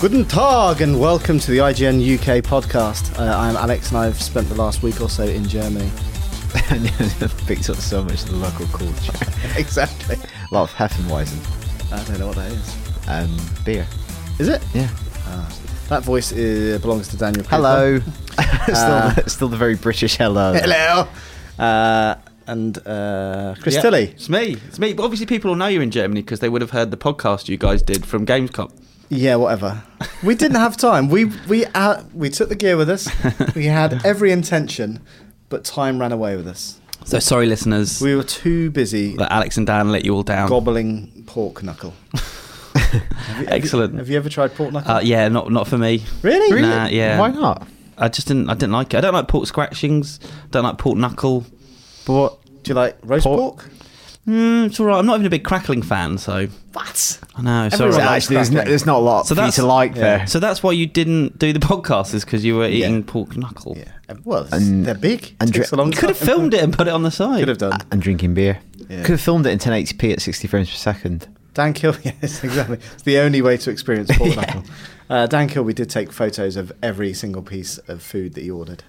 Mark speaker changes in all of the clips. Speaker 1: Guten Tag and welcome to the IGN UK podcast. Uh, I'm Alex and I've spent the last week or so in Germany.
Speaker 2: and I've picked up so much of the local culture.
Speaker 1: exactly.
Speaker 2: A lot of Heffenweizen,
Speaker 1: I don't know what that is.
Speaker 2: um, beer.
Speaker 1: Is it?
Speaker 2: Yeah.
Speaker 1: That voice uh, belongs to Daniel. Cooper.
Speaker 2: Hello. still, the, still the very British Uh, hello.
Speaker 1: Hello. Uh, and uh, Chris
Speaker 3: Yeah,
Speaker 1: Tilly.
Speaker 3: It's me. It's me. But obviously, people will know you're in Germany because they would have heard the podcast you guys did from Gamescom.
Speaker 1: Yeah, whatever. We didn't have time. We we uh, we took the gear with us. We had every intention, but time ran away with us.
Speaker 3: So sorry, listeners,
Speaker 1: We were too busy
Speaker 3: that um, Alex and Dan let you all down.
Speaker 1: gobbling pork knuckle. Have you-
Speaker 3: Excellent.
Speaker 1: Have you ever tried pork knuckle?
Speaker 3: Uh, yeah, not not for me.
Speaker 1: Really?
Speaker 2: Really?
Speaker 3: Nah, yeah.
Speaker 2: Why not?
Speaker 3: I just didn't. I didn't like it. I don't like pork scratchings. Don't like pork knuckle.
Speaker 2: But what?
Speaker 1: Do you like roast
Speaker 2: Pork?
Speaker 1: pork?
Speaker 3: Mm, it's all right. I'm not even a big crackling fan, so
Speaker 1: What?
Speaker 3: I know. Sorry.
Speaker 1: Everyone
Speaker 2: So
Speaker 1: likes
Speaker 2: actually, there's, no,
Speaker 1: cracking.
Speaker 2: there's not a lot
Speaker 3: So
Speaker 2: for you
Speaker 3: that's-
Speaker 2: to like
Speaker 1: yeah.
Speaker 2: there.
Speaker 3: So that's why you didn't do the podcast, is because you were eating pork knuckle.
Speaker 1: Yeah. Um, Well, it's-
Speaker 2: And-
Speaker 1: they're big.
Speaker 2: and
Speaker 1: And takes a
Speaker 2: dri-
Speaker 1: long
Speaker 3: Could have
Speaker 1: time.
Speaker 3: filmed it and put it on the side.
Speaker 1: Could have done.
Speaker 2: And drinking beer.
Speaker 1: Yeah.
Speaker 2: Could have filmed it in 1080p at 60 frames per second.
Speaker 1: Dan Kill, yes, exactly. It's the only way to experience pork knuckle. Uh, Dan Kill, we did take photos of every single piece of food that he ordered.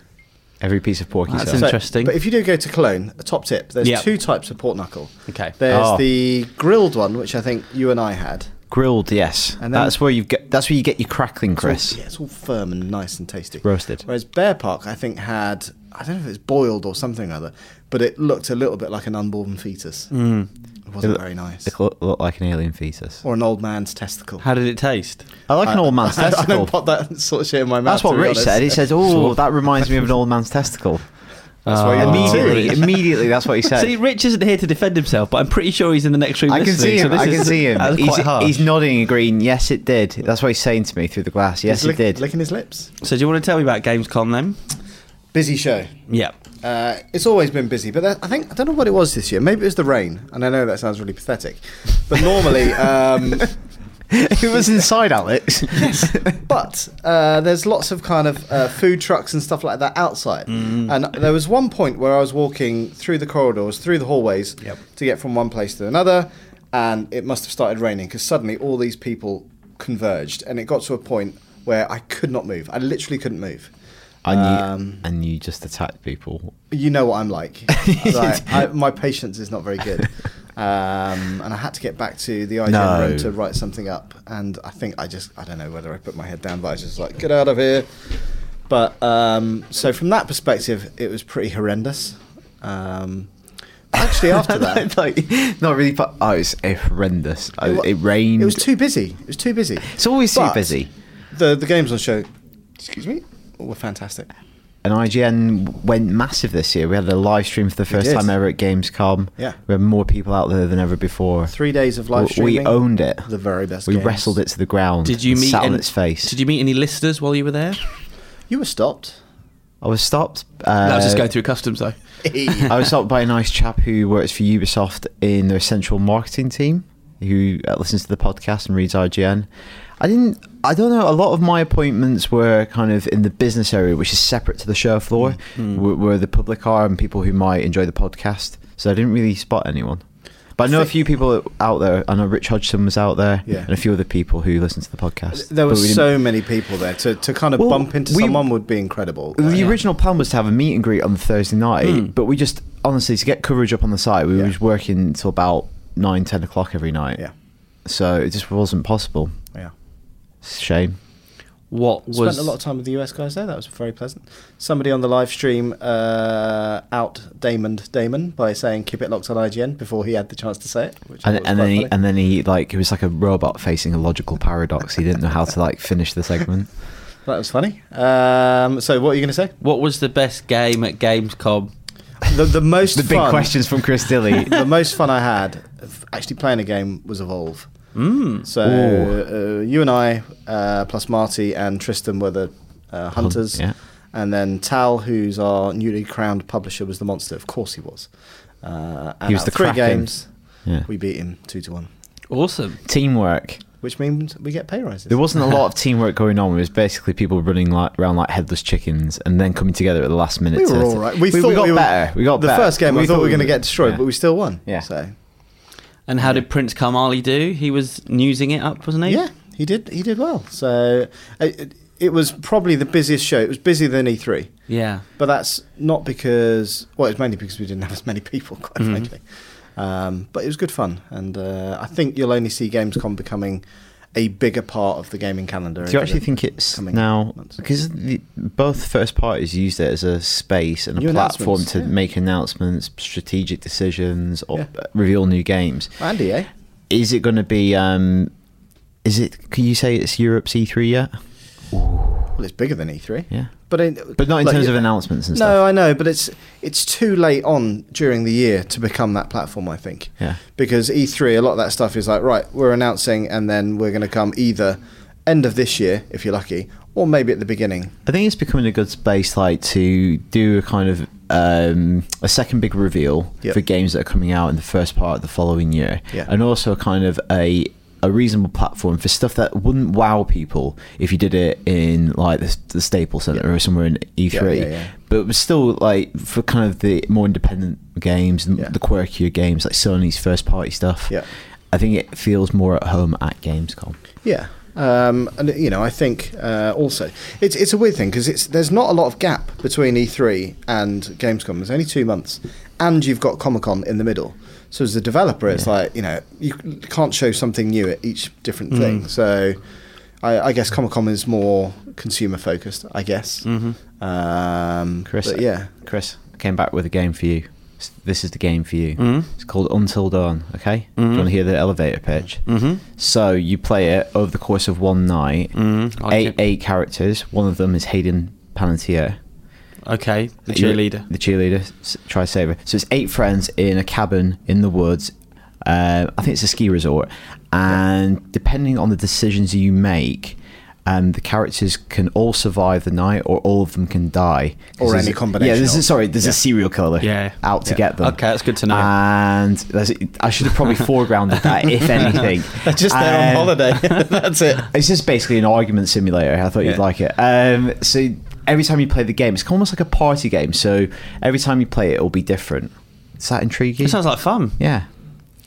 Speaker 2: Every piece of pork you
Speaker 3: That's
Speaker 2: sell.
Speaker 3: in- Interesting.
Speaker 1: But if you do go to Cologne, a top tip: there's
Speaker 3: Yeah.
Speaker 1: two types of pork knuckle.
Speaker 3: Okay.
Speaker 1: There's
Speaker 2: Oh.
Speaker 1: the grilled one, which I think you and I had.
Speaker 2: Grilled, yes.
Speaker 1: And then-
Speaker 2: that's where you get. That's where you get your crackling, Chris.
Speaker 1: It's all, yeah, it's all firm and nice and tasty.
Speaker 2: Roasted.
Speaker 1: Whereas Bear Park, I think, had I don't know if it was boiled or something or other, but it looked a little bit like an unborn fetus. Mm. It wasn't
Speaker 2: It
Speaker 1: very nice.
Speaker 2: It looked looked like an alien fetus.
Speaker 1: Or an old man's testicle.
Speaker 3: How did it taste?
Speaker 2: I like an old man's
Speaker 1: I- I
Speaker 2: testicle.
Speaker 1: don't pop that sort of shit in my mouth.
Speaker 2: That's what
Speaker 1: to be
Speaker 2: Rich
Speaker 1: honest.
Speaker 2: said. He said, "Oh, that reminds me of an old man's testicle."
Speaker 1: That's
Speaker 2: Oh,
Speaker 1: why
Speaker 3: Uh,
Speaker 1: you're not
Speaker 2: immediately,
Speaker 1: too.
Speaker 2: immediately, that's what he said.
Speaker 3: See, Rich isn't here to defend himself, but I'm pretty sure he's in the next room.
Speaker 2: I can
Speaker 3: listening,
Speaker 2: see
Speaker 3: so
Speaker 2: him.
Speaker 3: this
Speaker 2: I
Speaker 3: is-
Speaker 2: can see him.
Speaker 3: that's
Speaker 2: He's,
Speaker 3: quite harsh.
Speaker 2: he's nodding, agreeing. Yes, it did. That's what he's saying to me through the glass. Yes,
Speaker 1: He's lick-
Speaker 2: it did.
Speaker 1: Licking his lips.
Speaker 3: So do you want to tell me about Gamescom then?
Speaker 1: Busy show.
Speaker 3: Yeah.
Speaker 1: Uh, it's always been busy, but that, I think I don't know what it was this year. Maybe it was the rain, and I know that sounds really pathetic, but normally, um,
Speaker 2: it was inside Alex.
Speaker 1: but uh, there's lots of kind of uh, food trucks and stuff like that outside.
Speaker 2: Mm.
Speaker 1: And there was one point where I was walking through the corridors, through the hallways,
Speaker 3: Yep.
Speaker 1: to get from one place to another, and it must have started raining because suddenly all these people converged, and it got to a point where I could not move. I literally couldn't move.
Speaker 2: and, you,
Speaker 1: Um,
Speaker 2: and you just attacked people.
Speaker 1: you know what I'm like. Like, I, my patience is not very good. Um, and I had to get back to the IGN
Speaker 2: No.
Speaker 1: room to write something up. And I think I just, I don't know whether I put my head down, but I was just like, get out of here. But um, so from that perspective, it was pretty horrendous. Um, actually, after that,
Speaker 2: like, not really. But oh, it's horrendous. It,
Speaker 1: wa-
Speaker 2: it rained.
Speaker 1: It was too busy. It was too busy.
Speaker 2: It's always too
Speaker 1: But
Speaker 2: busy.
Speaker 1: The, the games on show, excuse me, were fantastic.
Speaker 2: And IGN went massive this year. We had a live stream for the first
Speaker 1: did.
Speaker 2: time ever at Gamescom.
Speaker 1: Yeah.
Speaker 2: we had more people out there than ever before.
Speaker 1: Three days of live
Speaker 2: we,
Speaker 1: streaming.
Speaker 2: we owned it.
Speaker 1: The very best
Speaker 2: We
Speaker 1: games.
Speaker 2: wrestled it to the ground.
Speaker 3: Did you
Speaker 2: and
Speaker 3: meet
Speaker 2: sat on
Speaker 3: any-
Speaker 2: its face?
Speaker 3: Did you meet any listeners while you were there?
Speaker 1: You were stopped.
Speaker 2: I was stopped. Uh,
Speaker 3: that was just going through customs though.
Speaker 2: I was stopped by a nice chap who works for Ubisoft in their central marketing team, who uh, listens to the podcast and reads IGN. I didn't. I don't know. A lot of my appointments were kind of in the business area, which is separate to the show floor,
Speaker 3: Mm,
Speaker 2: where, where the public are and people who might enjoy the podcast. So I didn't really spot anyone. But I know a few people out there. I know Rich Hodgson was out there,
Speaker 1: Yeah.
Speaker 2: and a few other people who listen to the podcast.
Speaker 1: There were
Speaker 2: But we didn't-
Speaker 1: so many people there to, to kind of
Speaker 2: Well,
Speaker 1: bump into
Speaker 2: we-
Speaker 1: someone would be incredible.
Speaker 2: The
Speaker 1: Like,
Speaker 2: original plan was to have a meet and greet on Thursday night, but we just honestly to get coverage up on the site, we
Speaker 1: Hmm. Yeah.
Speaker 2: were just working until about nine, ten o'clock every night.
Speaker 1: yeah,
Speaker 2: So it just wasn't possible.
Speaker 1: yeah.
Speaker 2: It's a shame.
Speaker 3: What was
Speaker 1: Spent a lot of time with the US guys there. That was very pleasant. Somebody on the live stream uh, out Damon Damon by saying "keep it locked on IGN" before he had the chance to say it. Which I
Speaker 2: And,
Speaker 1: thought was
Speaker 2: and
Speaker 1: quite
Speaker 2: then he,
Speaker 1: funny.
Speaker 2: and then he like it was like a robot facing a logical paradox. He didn't know how to like finish the segment.
Speaker 1: that was funny. Um, so, what are you going to say?
Speaker 3: What was the best game at Gamescom?
Speaker 1: The, the most
Speaker 2: the big
Speaker 1: fun-
Speaker 2: questions from Chris Dilly.
Speaker 1: the most fun I had of actually playing a game was Evolve.
Speaker 2: Hmm.
Speaker 1: So uh, you and I, uh, plus Marty and Tristan, were the uh, hunters,
Speaker 2: yeah.
Speaker 1: and then Tal, who's our newly crowned publisher, was the monster. Of course, he was. Uh, and
Speaker 2: He was
Speaker 1: out
Speaker 2: the
Speaker 1: of three
Speaker 2: Kraken.
Speaker 1: games.
Speaker 2: Yeah.
Speaker 1: We beat him two to one,
Speaker 3: Awesome.
Speaker 2: Teamwork.
Speaker 1: which means we get pay rises.
Speaker 2: There wasn't a lot of teamwork going on. It was basically people running like, around like headless chickens and then coming together at the last minute.
Speaker 1: we
Speaker 2: to-
Speaker 1: were all right. We,
Speaker 2: we,
Speaker 1: thought
Speaker 2: got
Speaker 1: were-
Speaker 2: better. We got
Speaker 1: the
Speaker 2: better.
Speaker 1: first game. I thought we were going to
Speaker 2: would.
Speaker 1: get destroyed,
Speaker 2: Yeah.
Speaker 1: but we still won.
Speaker 2: Yeah.
Speaker 1: So
Speaker 3: And how did Prince Karmali do? He was newsing it up, wasn't he?
Speaker 1: Yeah, he did. He did well. So uh, it, it was probably the busiest show. It was busier than E3,
Speaker 3: Yeah.
Speaker 1: but that's not because. Well, it's mainly because we didn't have as many people, quite
Speaker 2: Mm-hmm.
Speaker 3: Mhm.
Speaker 1: frankly. Um, but it was good fun, and uh, I think you'll only see Gamescom becoming a bigger part of the gaming calendar.
Speaker 2: Do you
Speaker 1: over
Speaker 2: actually
Speaker 1: the
Speaker 2: think it's
Speaker 1: coming
Speaker 2: now
Speaker 1: months.
Speaker 2: because the, both first parties used it as a space and a
Speaker 1: New
Speaker 2: platform
Speaker 1: announcements,
Speaker 2: to
Speaker 1: yeah.
Speaker 2: make announcements, strategic decisions, or
Speaker 1: Yeah.
Speaker 2: reveal new games?
Speaker 1: Andy, eh?
Speaker 2: Is it going to be? Um, is it? Can you say it's Europe's E3 yet?
Speaker 1: Well, it's bigger than E3.
Speaker 2: Yeah.
Speaker 1: but it,
Speaker 2: But not in
Speaker 1: like,
Speaker 2: terms
Speaker 1: it-
Speaker 2: of announcements and
Speaker 1: No,
Speaker 2: stuff.
Speaker 1: I know, but it's it's too late on during the year to become that platform. I think.
Speaker 2: Yeah.
Speaker 1: Because E3, a lot of that stuff is like, right, we're announcing, and then we're going to come either end of this year, if you're lucky, or maybe at the beginning.
Speaker 2: I think it's becoming a good space, like to do a kind of um, a second big reveal
Speaker 1: Yep.
Speaker 2: for games that are coming out in the first part of the following year,
Speaker 1: Yeah.
Speaker 2: and also kind of a a reasonable platform for stuff that wouldn't wow people if you did it in like the, the Staples Center or somewhere in E3,
Speaker 1: Yeah, yeah, yeah.
Speaker 2: but it was still like for kind of the more independent games, and
Speaker 1: Yeah.
Speaker 2: the quirkier games like Sony's first party stuff.
Speaker 1: Yeah.
Speaker 2: I think it feels more at home at Gamescom.
Speaker 1: Yeah. Um, and you know, I think uh, also it's it's a weird thing because it's there's not a lot of gap between E3 and Gamescom. There's only two months, and you've got Comic Con in the middle. So as a developer, it's like you know you can't show something new at each different thing. So I, I guess Comic Con is more consumer focused. I guess. Mm-hmm. Um,
Speaker 2: Chris,
Speaker 1: but yeah,
Speaker 2: Chris, I came back with a game for you. S- This is the game for you. It's called Until Dawn. Okay, do you want to hear the elevator pitch? Mm-hmm. So you play it over the course of one night.
Speaker 3: Mm, I like
Speaker 2: eight
Speaker 3: it.
Speaker 2: eight characters. One of them is Hayden Panettiere.
Speaker 3: Okay. The
Speaker 2: You-
Speaker 3: cheerleader.
Speaker 2: The cheerleader. S- Try saver. So it's eight friends in a cabin in the woods. Uh, I think it's a ski resort, and depending on the decisions you make. Um, the characters can all survive the night, or all of them can die. 'Cause
Speaker 1: Or
Speaker 2: there's
Speaker 1: any
Speaker 2: a-
Speaker 1: combination
Speaker 2: Yeah, there's a,
Speaker 1: of-
Speaker 2: sorry, there's
Speaker 1: yeah.
Speaker 2: a serial killer
Speaker 3: Yeah.
Speaker 2: out to
Speaker 1: Yeah.
Speaker 2: get them.
Speaker 3: Okay, that's good to know.
Speaker 2: And there's, I should have probably foregrounded that, if anything.
Speaker 1: they're just there on
Speaker 2: Um,
Speaker 1: holiday. That's it.
Speaker 2: it's just basically an argument simulator. I thought
Speaker 1: Yeah.
Speaker 2: you'd like it. Um, so every time you play the game, it's almost like a party game. So every time you play it, it'll be different. Is that intriguing?
Speaker 3: It sounds like fun.
Speaker 2: yeah.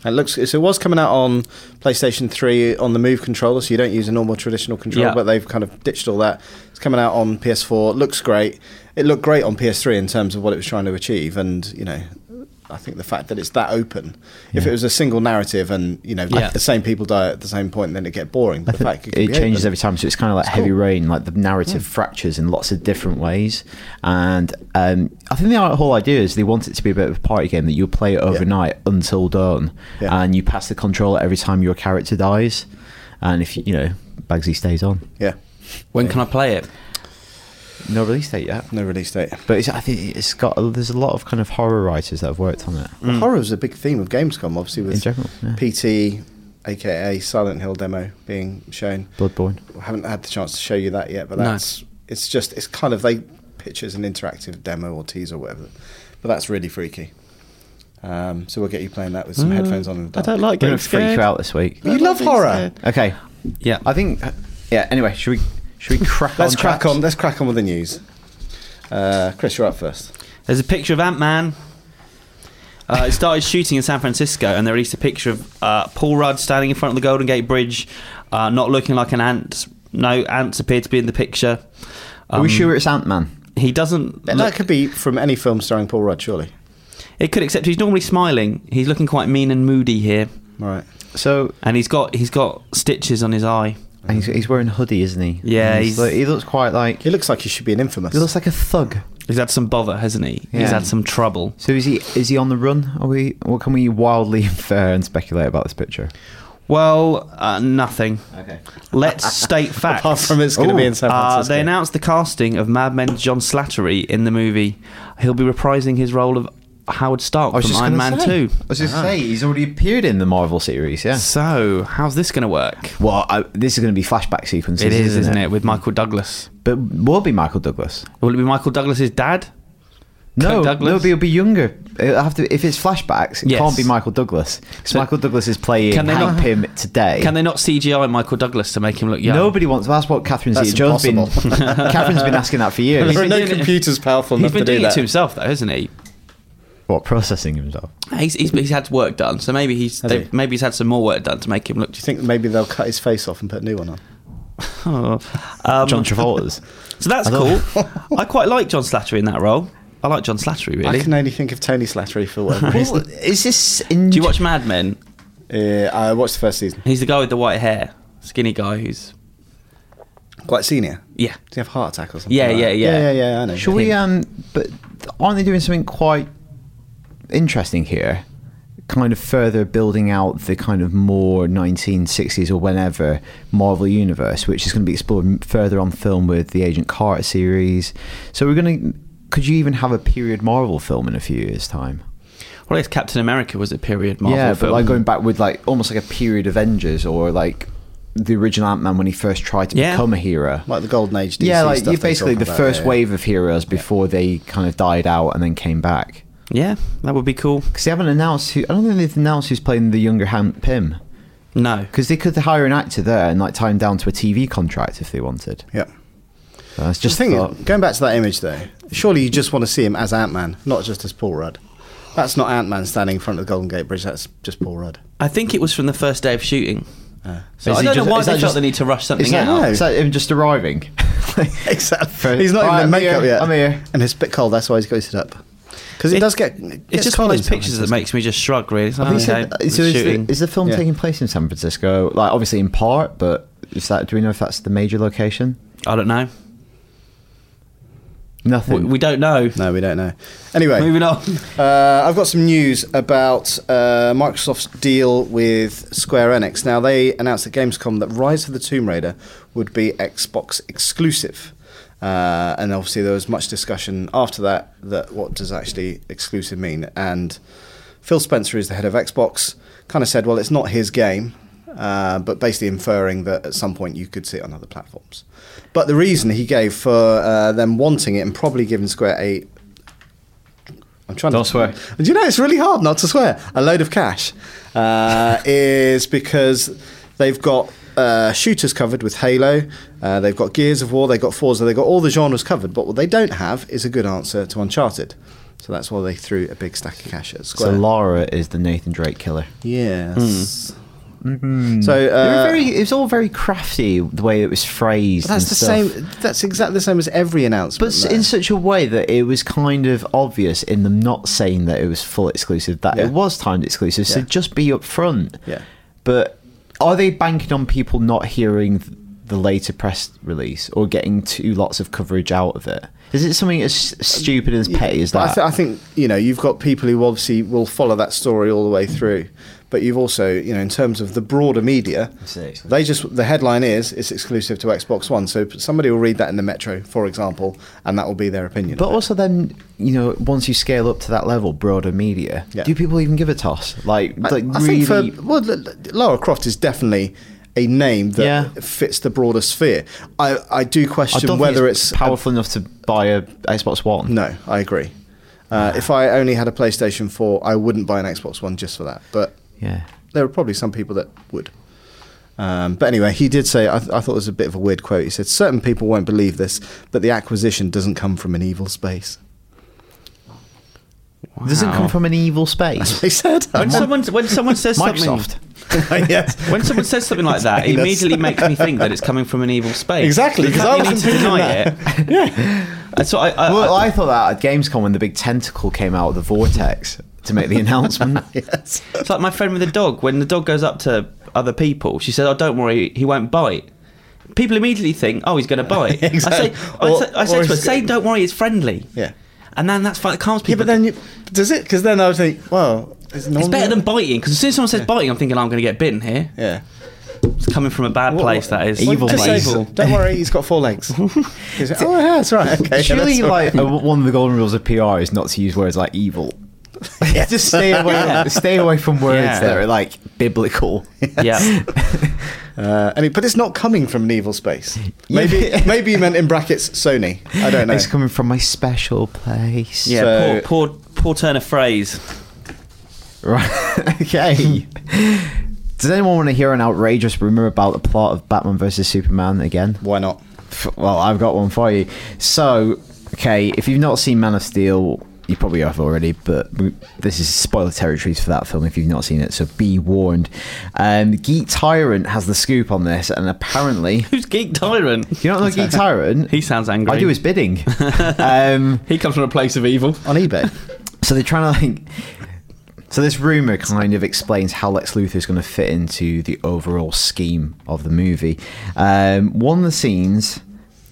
Speaker 1: It looks so it was coming out on PlayStation 3 on the Move controller, so you don't use a normal traditional controller,
Speaker 3: Yeah.
Speaker 1: but they've kind of ditched all that. It's coming out on PS4. It looks great. It looked great on PS3 in terms of what it was trying to achieve, and you know, I think the fact that it's that open. If
Speaker 2: Yeah.
Speaker 1: it was a single narrative and you know
Speaker 3: Yeah.
Speaker 1: the same people die at the same point, then it get boring.
Speaker 2: I
Speaker 1: But the fact
Speaker 2: think
Speaker 1: it, could
Speaker 2: it
Speaker 1: be
Speaker 2: changes
Speaker 1: open.
Speaker 2: every time, so it's kind of like
Speaker 1: It's
Speaker 2: heavy
Speaker 1: cool.
Speaker 2: rain. Like the narrative fractures in lots of different ways, and um, I think the whole idea is they want it to be a bit of a party game that you play it overnight until dawn,
Speaker 1: Yeah.
Speaker 2: and you pass the controller every time your character dies, and if you, you know Bugsy stays on.
Speaker 1: Yeah,
Speaker 3: When can I play it?
Speaker 2: No release date yet.
Speaker 1: no release date.
Speaker 2: But it's, I think it's got there's a lot of kind of horror writers that have worked on it.
Speaker 1: Well, horror was a big theme of Gamescom, obviously with
Speaker 2: Mm. In general, yeah.
Speaker 1: PT, aka Silent Hill demo being shown.
Speaker 2: Bloodborne.
Speaker 1: I haven't had the chance to show you that yet, but
Speaker 3: No.
Speaker 1: that's it's just it's kind of they pitch as an interactive demo or teaser or whatever, but that's really freaky. Um, so we'll get you playing that with some headphones on. In the dark.
Speaker 3: Mm. like
Speaker 2: Didn't freak you out this week.
Speaker 1: You love horror.
Speaker 2: Okay,
Speaker 3: Yeah.
Speaker 2: I think yeah. Anyway, should we should we crack
Speaker 1: Let's
Speaker 2: on?
Speaker 1: crack
Speaker 2: chaps?
Speaker 1: on. Let's crack on with the news. Uh, Chris, you're up first.
Speaker 3: There's a picture of Ant Man. Uh, it started shooting in San Francisco, and they released a picture of uh, Paul Rudd standing in front of the Golden Gate Bridge, uh, not looking like an ant. No ants appear to be in the picture.
Speaker 2: Are we
Speaker 3: Um,
Speaker 2: sure it's Ant Man?
Speaker 3: He doesn't.
Speaker 1: And
Speaker 3: Look,
Speaker 1: that could be from any film starring Paul Rudd, surely.
Speaker 3: it could, except he's normally smiling. He's looking quite mean and moody here,
Speaker 1: All right.
Speaker 2: So
Speaker 3: and he's got he's got stitches on his eye.
Speaker 2: and he's, he's wearing a hoodie, isn't he?
Speaker 3: Yeah,
Speaker 2: And
Speaker 3: he's-
Speaker 2: like- he looks quite like
Speaker 1: He looks like he should be an infamous.
Speaker 2: he looks like a thug.
Speaker 3: He's had some bother, hasn't he?
Speaker 2: Yeah.
Speaker 3: He's had some trouble.
Speaker 2: So is he is he on the run? Are we? What can we wildly infer and speculate about this picture?
Speaker 3: Well, uh, nothing.
Speaker 2: Okay.
Speaker 3: Let's state facts.
Speaker 1: Apart from it's going to be in San
Speaker 3: Uh,
Speaker 1: Francisco.
Speaker 3: they announced the casting of Mad Men's John Slattery in the movie. He'll be reprising his role of Howard Stark
Speaker 2: I was
Speaker 3: from
Speaker 2: just
Speaker 3: Iron
Speaker 2: gonna
Speaker 3: Man
Speaker 2: say.
Speaker 3: 2.
Speaker 2: I was just say he's already appeared in the Marvel series. Yeah.
Speaker 3: So, how's this going to work?
Speaker 2: Well, I, this is going to be flashback sequences.
Speaker 3: It is, isn't it? With Michael Douglas.
Speaker 2: But will be Michael Douglas?
Speaker 3: Will it be Michael Douglas's dad?
Speaker 2: No,
Speaker 3: Kirk Douglas?
Speaker 2: no, but he'll be younger. It'll have to if it's flashbacks. It
Speaker 3: Yes.
Speaker 2: can't be Michael Douglas. 'Cause
Speaker 3: So-
Speaker 2: Michael Douglas is playing
Speaker 3: Can they
Speaker 2: Hank
Speaker 3: not-
Speaker 2: Pym today.
Speaker 3: Can they not CGI Michael Douglas to make him look young?
Speaker 2: Nobody wants. That's what Catherine
Speaker 1: That's
Speaker 2: Zeta-Jones been.
Speaker 1: impossible.
Speaker 2: Catherine's been asking that for years.
Speaker 1: There are
Speaker 3: been
Speaker 1: no
Speaker 3: doing it-
Speaker 1: computers powerful
Speaker 3: He's
Speaker 1: enough to
Speaker 3: been
Speaker 1: do
Speaker 3: doing it to
Speaker 1: that.
Speaker 3: himself, though, hasn't he?
Speaker 2: What processing himself?
Speaker 3: He's, he's, he's had work done, so maybe he's
Speaker 1: Has
Speaker 3: they-
Speaker 1: he?
Speaker 3: maybe he's had some more work done to make him look.
Speaker 1: Do you think maybe they'll cut his face off and put a new one on?
Speaker 3: Oh. Um,
Speaker 2: John Travolta's.
Speaker 3: So that's
Speaker 2: I don't-
Speaker 3: cool. I quite like John Slattery in that role. I like John Slattery really.
Speaker 1: I can only think of Tony Slattery for whatever reason.
Speaker 2: Well, is this? In,
Speaker 3: Do you watch Mad Men?
Speaker 1: Uh, I watched the first season.
Speaker 3: He's the guy with the white hair, skinny guy who's
Speaker 1: Quite senior.
Speaker 3: yeah.
Speaker 1: Do you have a heart attack or something?
Speaker 3: Yeah,
Speaker 1: like
Speaker 3: yeah,
Speaker 1: that?
Speaker 3: yeah.
Speaker 1: yeah, yeah, yeah. I know.
Speaker 2: Should we? Um, but aren't they doing something quite interesting here? Kind of further building out the kind of more 1960s or whenever Marvel universe, which is going to be explored further on film with the Agent Carter series. So we're going to. Could you even have a period Marvel film in a few years' time?
Speaker 3: Well, I guess Captain America was a period Marvel
Speaker 2: yeah,
Speaker 3: film.
Speaker 2: but like going back with like almost like a period Avengers or like the original Ant Man when he first tried to
Speaker 3: Yeah.
Speaker 2: become a hero.
Speaker 1: uh, Like the Golden Age DC
Speaker 2: yeah, like
Speaker 1: stuff
Speaker 2: you're
Speaker 1: they're
Speaker 2: basically
Speaker 1: talking
Speaker 2: the
Speaker 1: about,
Speaker 2: first
Speaker 1: yeah.
Speaker 2: wave of heroes before they kind of died out and then came back.
Speaker 3: yeah, that would be cool.
Speaker 2: Because they haven't announced who. I don't think they've announced who's playing the younger Hank Pym.
Speaker 3: No,
Speaker 2: Because they could hire an actor there and like tie him down to a TV contract if they wanted.
Speaker 1: Yeah.
Speaker 2: So that's
Speaker 1: Just
Speaker 2: just
Speaker 1: thing
Speaker 2: thought-
Speaker 1: is, going back to that image though, surely you just want to see him as Ant Man, not just as Paul Rudd. That's not Ant Man standing in front of the Golden Gate Bridge. That's just Paul Rudd.
Speaker 3: I think it was from the first day of shooting.
Speaker 1: Uh,
Speaker 3: So
Speaker 2: Is
Speaker 3: I
Speaker 2: he
Speaker 3: don't
Speaker 2: just-
Speaker 3: know why
Speaker 2: is
Speaker 3: they
Speaker 2: that
Speaker 3: felt
Speaker 2: just-
Speaker 3: they need to rush something
Speaker 2: is that,
Speaker 3: out.
Speaker 1: No.
Speaker 2: is that him just arriving?
Speaker 1: exactly.
Speaker 2: Fair-
Speaker 1: He's not
Speaker 2: Right,
Speaker 1: even in
Speaker 2: I'm here,
Speaker 1: makeup yet.
Speaker 2: I'm here.
Speaker 1: And it's a bit cold. That's why he's got his hood up. Because it,
Speaker 3: It-
Speaker 1: does get.
Speaker 3: It's just one of those pictures that makes me just shrug. Really, it's like,
Speaker 2: Have you
Speaker 3: okay,
Speaker 2: said-
Speaker 3: it's
Speaker 2: so is,
Speaker 3: shooting.
Speaker 2: the, is the film
Speaker 1: Yeah.
Speaker 2: taking place in San Francisco? Like obviously in part, but is that? Do we know if that's the major location?
Speaker 3: I don't know. We,
Speaker 2: Nothing.
Speaker 3: we don't know.
Speaker 1: No, we don't know. Anyway,
Speaker 3: Moving on.
Speaker 1: Uh, I've got some news about uh, Microsoft's deal with Square Enix. Now, they announced at Gamescom that Rise of the Tomb Raider would be Xbox exclusive. Uh, and obviously, there was much discussion after that that what does actually exclusive mean? And Phil Spencer, who's the head of Xbox, kind of said, well, it's not his game, uh, but basically inferring that at some point you could see it on other platforms. But the reason he gave for uh, them wanting it and probably giving Square a I'm trying
Speaker 2: Don't
Speaker 1: to
Speaker 2: swear.
Speaker 1: Do you know it's really hard not to swear? A load of cash uh, is because they've got uh, shooters covered with Halo, uh, they've got Gears of War, they've got Forza, they've got all the genres covered. But what they don't have is a good answer to Uncharted. So that's why they threw a big stack of cash at
Speaker 2: so
Speaker 1: Square.
Speaker 2: Lara is the Nathan Drake killer.
Speaker 1: yes.
Speaker 2: Mm-hmm.
Speaker 1: So
Speaker 2: They were
Speaker 1: uh,
Speaker 2: Hmm. very, it was all very crafty the way it was phrased.
Speaker 1: but that's
Speaker 2: and
Speaker 1: the
Speaker 2: stuff.
Speaker 1: same. That's exactly the same as every announcement.
Speaker 2: But s-
Speaker 1: though.
Speaker 2: in such a way that it was kind of obvious in them not saying that it was full exclusive, that
Speaker 1: Yeah.
Speaker 2: it was timed exclusive. So
Speaker 1: Yeah.
Speaker 2: just be upfront.
Speaker 1: Yeah.
Speaker 2: But are they banking on people not hearing th- the later press release or getting two lots of coverage out of it? Is it something as s- stupid and as petty as
Speaker 1: Uh, But
Speaker 2: that?
Speaker 1: I, th- I think you know you've got people who obviously will follow that story all the way through, but you've also you know in terms of the broader media,
Speaker 2: see.
Speaker 1: they just the headline is it's exclusive to Xbox One, so somebody will read that in the Metro, for example, and that will be their opinion.
Speaker 2: but
Speaker 1: of it.
Speaker 2: also, then you know, once you scale up to that level, broader media,
Speaker 1: Yeah.
Speaker 2: do people even give a toss? Like,
Speaker 1: I,
Speaker 2: like
Speaker 1: I
Speaker 2: really?
Speaker 1: think for well, L- L- Lara Croft is definitely. A name that
Speaker 2: Yeah.
Speaker 1: fits the broader sphere. I, I do
Speaker 2: I
Speaker 1: question
Speaker 2: don't
Speaker 1: whether
Speaker 2: think
Speaker 1: it's, a-
Speaker 2: powerful enough to buy a Xbox One.
Speaker 1: no, I agree. Uh, if I only had a PlayStation 4, I wouldn't buy an Xbox One just for that. But
Speaker 2: Yeah.
Speaker 1: there are probably some people that would. Um, but anyway, he did say, I, th- I thought it was a bit of a weird quote. He said, Certain people won't believe this, but the acquisition doesn't come from an evil space.
Speaker 2: Does it come from an evil space?
Speaker 1: He said, "Oh,
Speaker 3: When someone when someone says
Speaker 2: Microsoft.
Speaker 3: something when someone says something like that, it
Speaker 1: Anus.
Speaker 3: immediately makes me think that it's coming from an evil space.
Speaker 1: Exactly,
Speaker 3: Does
Speaker 1: 'cause
Speaker 3: that
Speaker 1: I
Speaker 3: mean
Speaker 1: wasn't
Speaker 3: you need to
Speaker 1: thinking
Speaker 3: deny it. That's what I. I,
Speaker 2: Well,
Speaker 3: I,
Speaker 2: Uh, I thought that at Gamescom when the big tentacle came out of the vortex to make the announcement.
Speaker 1: yes.
Speaker 3: it's like my friend with the dog. When the dog goes up to other people, she says, "Oh, don't worry, he won't bite." People immediately think, "Oh, he's going to bite."
Speaker 1: Exactly.
Speaker 3: I say, I
Speaker 1: Or-
Speaker 3: say, I say
Speaker 1: or
Speaker 3: to her,
Speaker 1: it's-
Speaker 3: "Say, don't worry, it's friendly."
Speaker 1: Yeah.
Speaker 3: And then that's fine. It calms people.
Speaker 1: Yeah, but then you, does it? Because then I would think, well, it's,
Speaker 3: it's
Speaker 1: normally-
Speaker 3: better than biting because as soon as someone says biting, I'm thinking "Oh, I'm going to get bitten here.
Speaker 1: Yeah.
Speaker 3: It's coming from a bad place. That is
Speaker 2: Evil
Speaker 1: Just say,
Speaker 2: place.
Speaker 1: Don't worry, he's got four legs. "Oh, He's like, oh, yeah, that's right. Okay, yeah,
Speaker 2: Surely,
Speaker 1: that's all
Speaker 2: like
Speaker 1: right."
Speaker 2: uh, one of the golden rules of PR is not to use words like evil.
Speaker 1: Yeah.
Speaker 2: Just stay away.
Speaker 3: Yeah.
Speaker 2: Stay away from words
Speaker 3: Yeah.
Speaker 2: that are like biblical.
Speaker 3: Yeah.
Speaker 1: Uh, I mean, but it's not coming from an evil space. Maybe,
Speaker 2: Yeah.
Speaker 1: maybe you meant in brackets Sony. I don't know.
Speaker 2: It's coming from my special place.
Speaker 3: Yeah,
Speaker 1: So-
Speaker 3: poor, poor, poor turn of phrase.
Speaker 2: Right. okay. Does anyone want to hear an outrageous rumor about the plot of Batman vs Superman again?
Speaker 1: Why not?
Speaker 2: F- Well, I've got one for you. So, okay, if you've not seen Man of Steel, you probably have already, but we- this is spoiler territories for that film if you've not seen it, so be warned. Um, Geek Tyrant has the scoop on this, and apparently,
Speaker 3: Who's Geek Tyrant?
Speaker 2: you don't know Geek Tyrant?
Speaker 3: He sounds angry.
Speaker 2: I do his bidding. um,
Speaker 3: He comes from a place of evil.
Speaker 1: On eBay.
Speaker 2: so they're trying to like. So this rumor kind of explains how Lex Luthor is going to fit into the overall scheme of the movie. Um, one of the scenes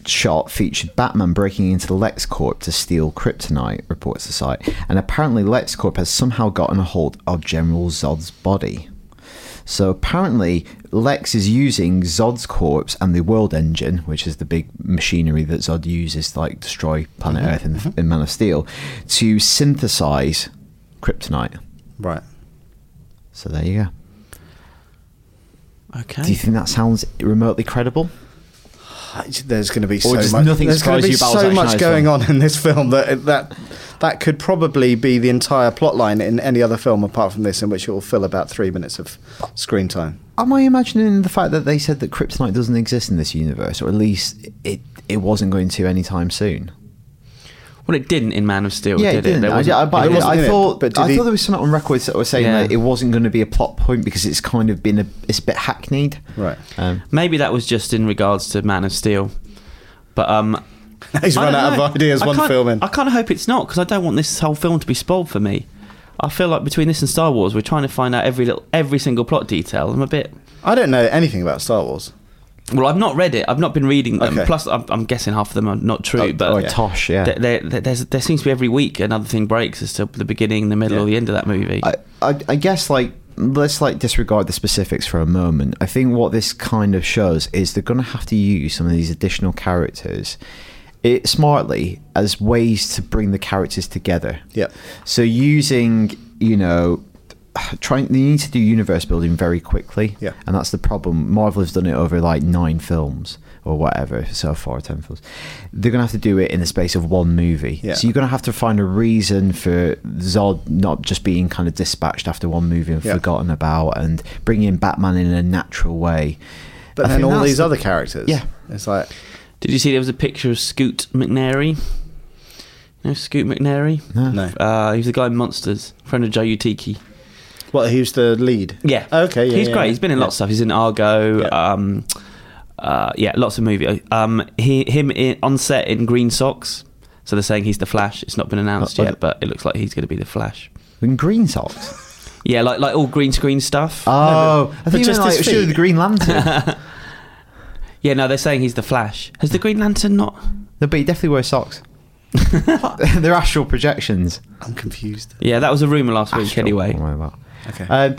Speaker 2: shot featured Batman breaking into LexCorp to steal kryptonite, reports the site, and apparently LexCorp has somehow gotten a hold of General Zod's body. So apparently, Lex is using Zod's corpse and the World Engine, which is the big machinery that Zod uses to like destroy planet
Speaker 1: Mm-hmm.
Speaker 2: Earth in, in Man of Steel, to synthesize kryptonite.
Speaker 1: Right.
Speaker 2: So there you go.
Speaker 3: Okay.
Speaker 2: Do you think that sounds remotely credible?
Speaker 1: There's going to be so
Speaker 2: does
Speaker 1: much.
Speaker 2: nothing
Speaker 1: there's gonna
Speaker 2: surprise
Speaker 1: be
Speaker 2: you about what's
Speaker 1: so
Speaker 2: actually
Speaker 1: much
Speaker 2: in this
Speaker 1: going on in this film that that that could probably be the entire plot line in any other film apart from this, in which it will fill about three minutes of screen time.
Speaker 2: Am I imagining the fact that they said that kryptonite doesn't exist in this universe, or at least it it wasn't going to anytime soon?
Speaker 3: well, it didn't in Man of
Speaker 1: Oh,
Speaker 3: Steel,
Speaker 2: yeah,
Speaker 3: did
Speaker 2: it didn't.
Speaker 3: There
Speaker 2: I,
Speaker 3: wasn't-
Speaker 2: I, but
Speaker 1: it
Speaker 2: I,
Speaker 1: wasn't
Speaker 2: I
Speaker 1: in it,
Speaker 2: thought,
Speaker 1: but did
Speaker 2: I
Speaker 1: he-
Speaker 2: thought there was something on records that were saying
Speaker 3: Yeah.
Speaker 2: that it wasn't going to be a plot point because it's kind of been a it's a bit hackneyed.
Speaker 1: Right.
Speaker 2: Um,
Speaker 3: Maybe that was just in regards to Man of Steel. But um,
Speaker 1: He's
Speaker 3: I
Speaker 1: run
Speaker 3: don't
Speaker 1: out
Speaker 3: know.
Speaker 1: of ideas.
Speaker 3: I
Speaker 1: One
Speaker 3: can't-
Speaker 1: film in.
Speaker 3: I kind of hope it's not because I don't want this whole film to be spoiled for me. I feel like between this and Star Wars, we're trying to find out every little, every single plot detail. I'm a bit.
Speaker 1: I don't know anything about Star Wars.
Speaker 3: Well, I've not read it. I've not been reading them.
Speaker 1: Okay.
Speaker 3: Plus, I'm, I'm guessing half of them are not true.
Speaker 2: oh,
Speaker 3: but
Speaker 2: oh, Tosh, yeah.
Speaker 3: there, there, there- there's, there seems to be every week another thing breaks as to the beginning, the middle,
Speaker 1: Yeah.
Speaker 3: or the end of that movie.
Speaker 2: I, I, I guess like let's like disregard the specifics for a moment. I think what this kind of shows is they're going to have to use some of these additional characters it, smartly as ways to bring the characters together.
Speaker 1: Yep.
Speaker 2: So using you know. Trying, they need to do universe building very quickly,
Speaker 1: Yeah.
Speaker 2: and that's the problem. Marvel has done it over like nine films or whatever so far, ten films. They're gonna have to do it in the space of one movie,
Speaker 1: Yeah.
Speaker 2: so you're going to have to find a reason for Zod not just being kind of dispatched after one movie and
Speaker 1: Yeah.
Speaker 2: forgotten about, and bringing Batman in a natural way.
Speaker 1: But
Speaker 2: I
Speaker 1: then
Speaker 2: think
Speaker 1: all
Speaker 2: that's
Speaker 1: these
Speaker 2: the-
Speaker 1: other characters.
Speaker 2: Yeah.
Speaker 1: It's like
Speaker 3: Did you see there was a picture of Scoot McNairy? You know Scoot McNairy?
Speaker 2: No.
Speaker 1: no.
Speaker 3: Uh, he was the guy in Monsters, friend of Joe Utiki.
Speaker 1: Well, who's the lead?
Speaker 3: Yeah.
Speaker 1: Okay. Yeah.
Speaker 3: he's
Speaker 1: yeah,
Speaker 3: great.
Speaker 1: yeah.
Speaker 3: He's been in
Speaker 1: Yeah.
Speaker 3: lots of stuff. He's in Argo.
Speaker 1: Yeah.
Speaker 3: Um, uh, yeah, lots of movies. Um, he, him in, on set in Green Socks. So they're saying he's the Flash. It's not been announced
Speaker 2: Uh, uh,
Speaker 3: yet, but it looks like he's going to be the Flash.
Speaker 2: in green socks.
Speaker 3: Yeah, like like all green screen stuff.
Speaker 1: Ah.
Speaker 2: Oh, I
Speaker 1: but
Speaker 2: think
Speaker 1: just
Speaker 2: just like,
Speaker 1: his
Speaker 2: show
Speaker 1: feet.
Speaker 2: the Green Lantern.
Speaker 3: yeah, no, they're saying he's the Flash. Has the Green Lantern not?
Speaker 2: no, but he definitely wears socks. They're astral projections.
Speaker 1: I'm confused.
Speaker 3: Yeah, that was a rumor last week.
Speaker 2: Astral.
Speaker 3: Anyway,
Speaker 2: Oh, my God.
Speaker 1: Okay.
Speaker 2: Um,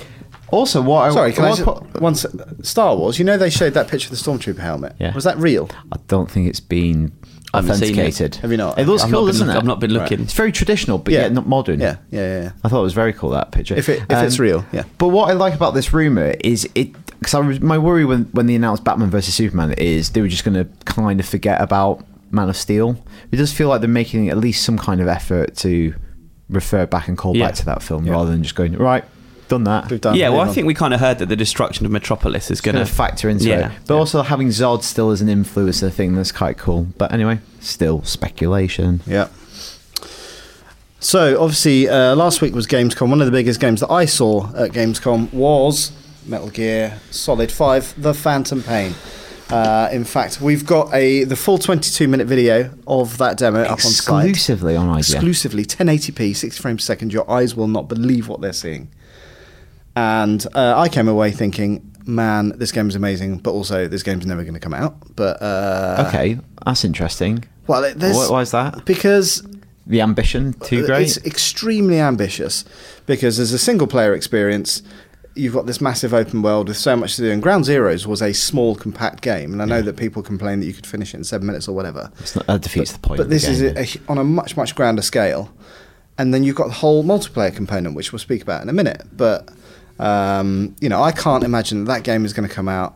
Speaker 2: also, what I
Speaker 1: Sorry, can I
Speaker 2: what
Speaker 1: just,
Speaker 2: po-
Speaker 1: one se- Star Wars? You know they showed that picture of the stormtrooper helmet.
Speaker 2: Yeah.
Speaker 1: Was that real?
Speaker 2: I don't think it's been
Speaker 3: I haven't seen it.
Speaker 2: authenticated.
Speaker 1: Have you not?
Speaker 2: It looks
Speaker 1: I've
Speaker 3: Not
Speaker 2: cool,
Speaker 3: been
Speaker 2: doesn't
Speaker 3: look-
Speaker 2: it?
Speaker 3: I've not been
Speaker 1: Right.
Speaker 3: looking.
Speaker 2: It's very traditional, but
Speaker 1: Yeah.
Speaker 2: yet not modern.
Speaker 1: Yeah, yeah, yeah. yeah.
Speaker 2: I thought it was very cool that picture. Um,
Speaker 1: If it- if it's real, yeah.
Speaker 2: But what I like about this rumor is it because I was, my worry when when they announced Batman versus Superman is they were just going to kind of forget about Man of Steel. It does feel like they're making at least some kind of effort to refer back and call
Speaker 3: Yeah.
Speaker 2: back to that film
Speaker 1: Yeah.
Speaker 2: rather than just going right, done that.
Speaker 1: We've done.
Speaker 3: yeah, well,
Speaker 1: move
Speaker 3: I
Speaker 1: on.
Speaker 3: think we kind of heard that the destruction of Metropolis is going
Speaker 2: Going
Speaker 3: to
Speaker 2: to factor into
Speaker 3: yeah.
Speaker 2: it, but also having Zod still as an influencer thing that's quite cool. But anyway, still speculation.
Speaker 1: Yeah. So obviously, uh, last week was Gamescom. One of the biggest games that I saw at Gamescom was Metal Gear Solid Five: The Phantom Pain. Uh, in fact, we've got a the full 22 minute video of that demo up on site.
Speaker 2: Exclusively oh on IGN.
Speaker 1: Exclusively 1080p, 60 frames per second. Your eyes will not believe what they're seeing. And uh, I came away thinking, man, this game is amazing, but also this game's never going to come out. But uh,
Speaker 2: okay, that's interesting.
Speaker 1: well, it- there's
Speaker 2: Why- why is that?
Speaker 1: Because
Speaker 2: The ambition too
Speaker 1: uh,
Speaker 2: great.
Speaker 1: It's extremely ambitious because as a single player experience, you've got this massive open world with so much to do. And Ground Zeroes was a small, compact game, and I know that people complain that you could finish it in seven minutes or whatever.
Speaker 2: It's not- that defeats the point.
Speaker 1: But
Speaker 2: of the
Speaker 1: this is
Speaker 2: game.
Speaker 1: a, a, on a much much grander scale, and then you've got the whole multiplayer component, which we'll speak about in a minute. But um, you know, I can't imagine that, that game is going to come out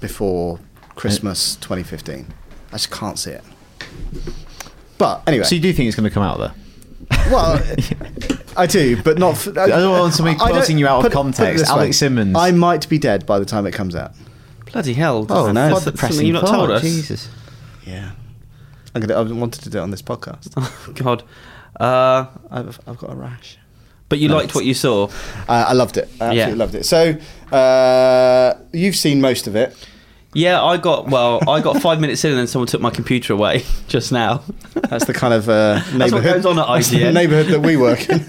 Speaker 1: before Christmas 2015. I just can't see it. But anyway,
Speaker 2: So you do think it's going to come out though?
Speaker 1: well, I do, but not. For,
Speaker 2: I don't want somebody
Speaker 1: I don't-
Speaker 2: quoting you out of
Speaker 1: put it- put it
Speaker 2: context.
Speaker 1: this way.
Speaker 2: Alex Simmons.
Speaker 1: I might be dead by the time it comes out.
Speaker 3: Bloody hell!
Speaker 1: Oh, no,
Speaker 3: that's
Speaker 1: it's
Speaker 3: something you've not told us.
Speaker 2: Jesus.
Speaker 1: Yeah. I'm gonna, I wanted to do it on this podcast.
Speaker 3: Oh God. Uh,
Speaker 1: I've, I've got a rash.
Speaker 3: but you liked what you saw.
Speaker 1: Uh, I loved it. I absolutely
Speaker 3: Yeah.
Speaker 1: loved it. So uh, you've seen most of it.
Speaker 3: Yeah, I got well. I got five minutes in, and then someone took my computer away just now.
Speaker 1: That's the kind of uh,
Speaker 3: That's what
Speaker 1: neighborhood.
Speaker 3: goes on at
Speaker 1: that's the
Speaker 3: IGN.
Speaker 1: neighborhood that we work in.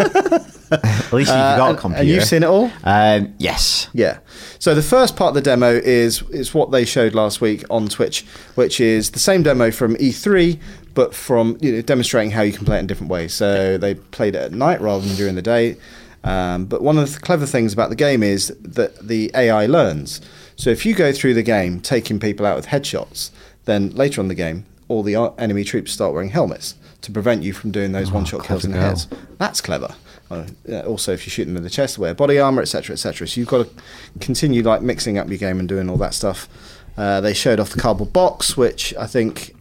Speaker 2: At least you've
Speaker 1: Uh,
Speaker 2: got
Speaker 1: and-
Speaker 2: a
Speaker 1: and
Speaker 2: computer.
Speaker 1: you've seen it all?
Speaker 2: Um, yes.
Speaker 1: Yeah. So the first part of the demo is is what they showed last week on Twitch, which is the same demo from E3, but from you know, demonstrating how you can play it in different ways. So they played it at night rather than during the day. Um, but one of the clever things about the game is that the AI learns. So if you go through the game taking people out with headshots, then later on in the game, all the uh, enemy troops start wearing helmets to prevent you from doing those one-shot kills in the
Speaker 2: Oh, clever girl.
Speaker 1: heads. That's clever. Uh, yeah, also, if you shoot them in the chest, they wear body armor, etc., etc. So you've got to continue like mixing up your game and doing all that stuff. Uh, they showed off the cardboard box, which I think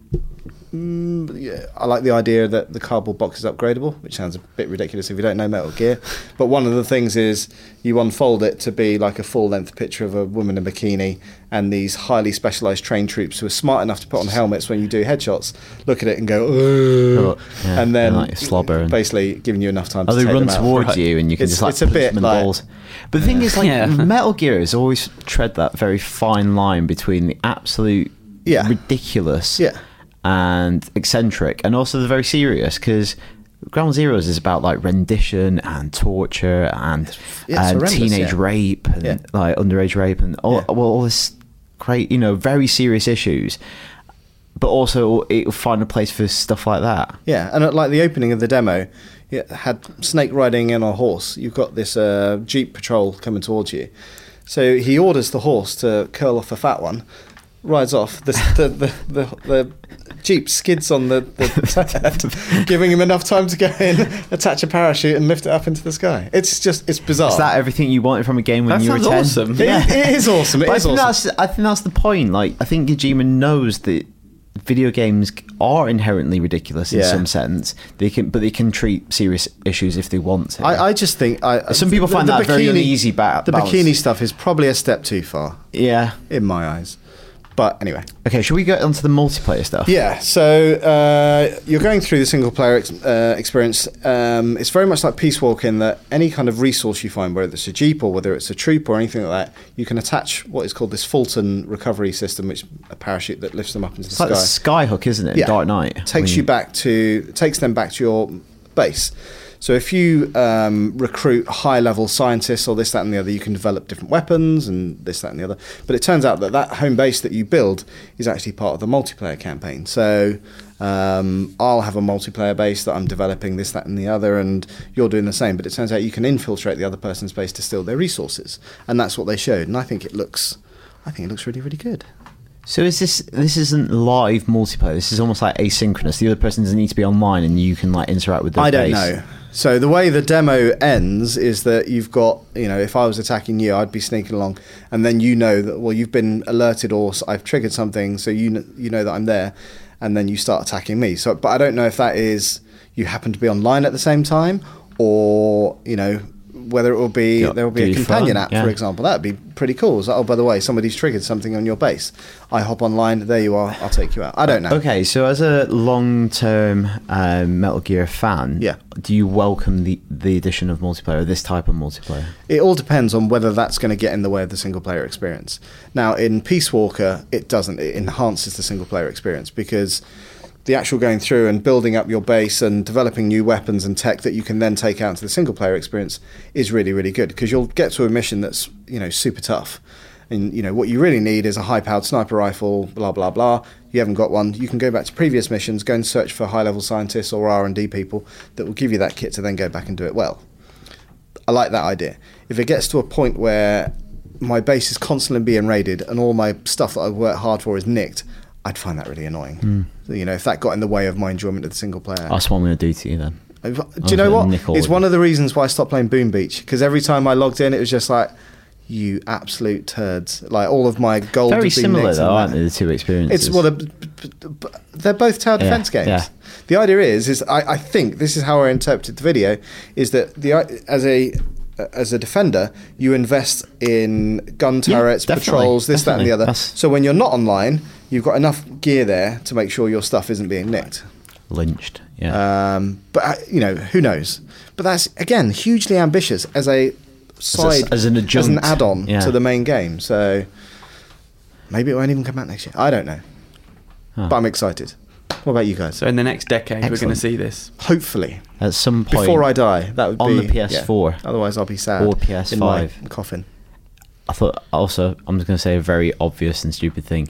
Speaker 1: mm, yeah, I like the idea that the cardboard box is upgradable, which sounds a bit ridiculous if you don't know Metal Gear. But one of the things is you unfold it to be like a full-length picture of a woman in a bikini, and these highly specialized trained troops who are smart enough to put on helmets when you do headshots look at it and go, "Ugh,"
Speaker 2: Yeah,
Speaker 1: and then
Speaker 2: and like slobber and-
Speaker 1: basically giving you enough time.
Speaker 2: Oh,
Speaker 1: to
Speaker 2: they
Speaker 1: take
Speaker 2: run
Speaker 1: them out.
Speaker 2: towards you, and you can
Speaker 1: It's-
Speaker 2: just like
Speaker 1: it's a
Speaker 2: punch
Speaker 1: bit
Speaker 2: them in the
Speaker 1: like-
Speaker 2: balls. But the thing is, like
Speaker 3: Yeah.
Speaker 2: Metal Gear has always tread that very fine line between the absolute
Speaker 1: Yeah.
Speaker 2: ridiculous
Speaker 1: Yeah.
Speaker 2: and eccentric, and also the very serious because. Ground Zeroes is about like rendition and torture and
Speaker 1: yeah, it's
Speaker 2: um,
Speaker 1: horrendous,
Speaker 2: teenage
Speaker 1: yeah.
Speaker 2: rape and
Speaker 1: Yeah.
Speaker 2: like underage rape and all
Speaker 1: Yeah.
Speaker 2: well all this great you know very serious issues, but also it will find a place for stuff like that.
Speaker 1: Yeah, and at, like the opening of the demo, it had Snake riding in a horse. You've got this uh, jeep patrol coming towards you, so he orders the horse to curl off a fat one. Rides off. The the the, the, the jeep skids on the, the turd, giving him enough time to go in, attach a parachute, and lift it up into the sky. It's just it's bizarre.
Speaker 2: Is that everything you wanted from a game when
Speaker 3: That
Speaker 2: you were
Speaker 3: sounds
Speaker 2: 10?
Speaker 3: awesome.
Speaker 1: It- it is awesome. It
Speaker 2: But I
Speaker 1: is
Speaker 2: think
Speaker 1: awesome.
Speaker 2: that's I think that's the point. Like I think Kojima knows that video games are inherently ridiculous in
Speaker 1: Yeah.
Speaker 2: some sense. They can but they can treat serious issues if they want to.
Speaker 1: I, I just think I,
Speaker 2: Some people find that very uneasy ba-
Speaker 1: The
Speaker 2: balance.
Speaker 1: bikini stuff is probably a step too far
Speaker 2: yeah.
Speaker 1: in my eyes. But anyway,
Speaker 2: Okay, should we get onto the multiplayer stuff?
Speaker 1: yeah. So uh, you're going through the single player ex- uh, experience. Um, it's very much like Peace Walk in that any kind of resource you find, whether it's a jeep or whether it's a troop or anything like that, you can attach what is called this Fulton recovery system, which a parachute that lifts them up into the
Speaker 2: It's like
Speaker 1: sky.
Speaker 2: the skyhook, isn't it? in Dark Knight.
Speaker 1: Takes
Speaker 2: When
Speaker 1: you back to takes them back to your base. So if you um, recruit high level scientists or this that and the other, you can develop different weapons and this that and the other. But it turns out that that home base that you build is actually part of the multiplayer campaign. So um, I'll have a multiplayer base that I'm developing this that and the other, and you're doing the same. But it turns out you can infiltrate the other person's base to steal their resources, and that's what they showed. And I think it looks, I think it looks really really good.
Speaker 2: So is this this isn't live multiplayer, this is almost like asynchronous. The other person doesn't need to be online and you can like interact with their
Speaker 1: I don't
Speaker 2: face.
Speaker 1: know. So the way the demo ends is that you've got, you know, if I was attacking you, I'd be sneaking along, and then you know that well, you've been alerted or s- I've triggered something, so you kn- you know that I'm there, and then you start attacking me. So, but I don't know if that is you happen to be online at the same time, or you know whether it will be
Speaker 2: Yeah,
Speaker 1: there will be
Speaker 2: do
Speaker 1: a
Speaker 2: you
Speaker 1: companion
Speaker 2: fun,
Speaker 1: app, for
Speaker 2: yeah.
Speaker 1: example. That'd be pretty cool. It's like, oh, by the way, somebody's triggered something on your base. I hop online. There you are. I'll take you out. I don't know.
Speaker 2: Okay, so as a long-term um, Metal Gear fan,
Speaker 1: Yeah.
Speaker 2: do you welcome the the addition of multiplayer, this type of multiplayer?
Speaker 1: it all depends on whether that's going to get in the way of the single player experience. Now, in Peace Walker, it doesn't. It enhances the single player experience because the actual going through and building up your base and developing new weapons and tech that you can then take out to the single player experience is really, really good because you'll get to a mission that's you know super tough. And you know what you really need is a high-powered sniper rifle. Blah blah blah. You haven't got one. You can go back to previous missions, go and search for high-level scientists or R&D people that will give you that kit to then go back and do it well. I like that idea. If it gets to a point where my base is constantly being raided and all my stuff that I work hard for is nicked,
Speaker 2: Hmm.
Speaker 1: I'd find that really annoying. So, you know, if that got in the way of my enjoyment of the single player.
Speaker 2: That's what I'm going to do to you then.
Speaker 1: Do
Speaker 2: I'll
Speaker 1: you know
Speaker 2: put a
Speaker 1: what?
Speaker 2: nickel
Speaker 1: It's
Speaker 2: in.
Speaker 1: one of the reasons why I stopped playing Boom Beach because every time I logged in, it was just like, you absolute turds. Like all of my gold. had
Speaker 2: Very
Speaker 1: been
Speaker 2: similar
Speaker 1: nicked and
Speaker 2: though, aren't
Speaker 1: that.
Speaker 2: they? The two experiences.
Speaker 1: It's well, they're, they're both tower
Speaker 2: Yeah,
Speaker 1: defense games.
Speaker 2: yeah.
Speaker 1: The idea is, is I, I think this is how I interpreted the video, is that the as a as a defender you invest in gun
Speaker 2: Yeah,
Speaker 1: turrets,
Speaker 2: definitely,
Speaker 1: patrols, this, that, and the
Speaker 2: definitely.
Speaker 1: other.
Speaker 2: That's-
Speaker 1: So when you're not online, you've got enough gear there to make sure your stuff isn't being nicked.
Speaker 2: lynched. Yeah.
Speaker 1: Um, but uh, you know, who knows? But that's again hugely ambitious as a side,
Speaker 2: as an adjunct,
Speaker 1: add-on
Speaker 2: yeah.
Speaker 1: to the main game. So maybe it won't even come out next year. I don't know,
Speaker 2: Huh.
Speaker 1: but I'm excited. What about you guys?
Speaker 3: So in the next decade, we're going to
Speaker 2: Excellent.
Speaker 3: see this.
Speaker 1: Hopefully,
Speaker 2: At some point
Speaker 1: before I die, that would
Speaker 2: on
Speaker 1: be
Speaker 2: the PS4.
Speaker 1: yeah. Otherwise, I'll be sad
Speaker 2: Or
Speaker 1: in my
Speaker 2: PS5.
Speaker 1: coffin.
Speaker 2: I thought also I'm just gonna say a very obvious and stupid thing.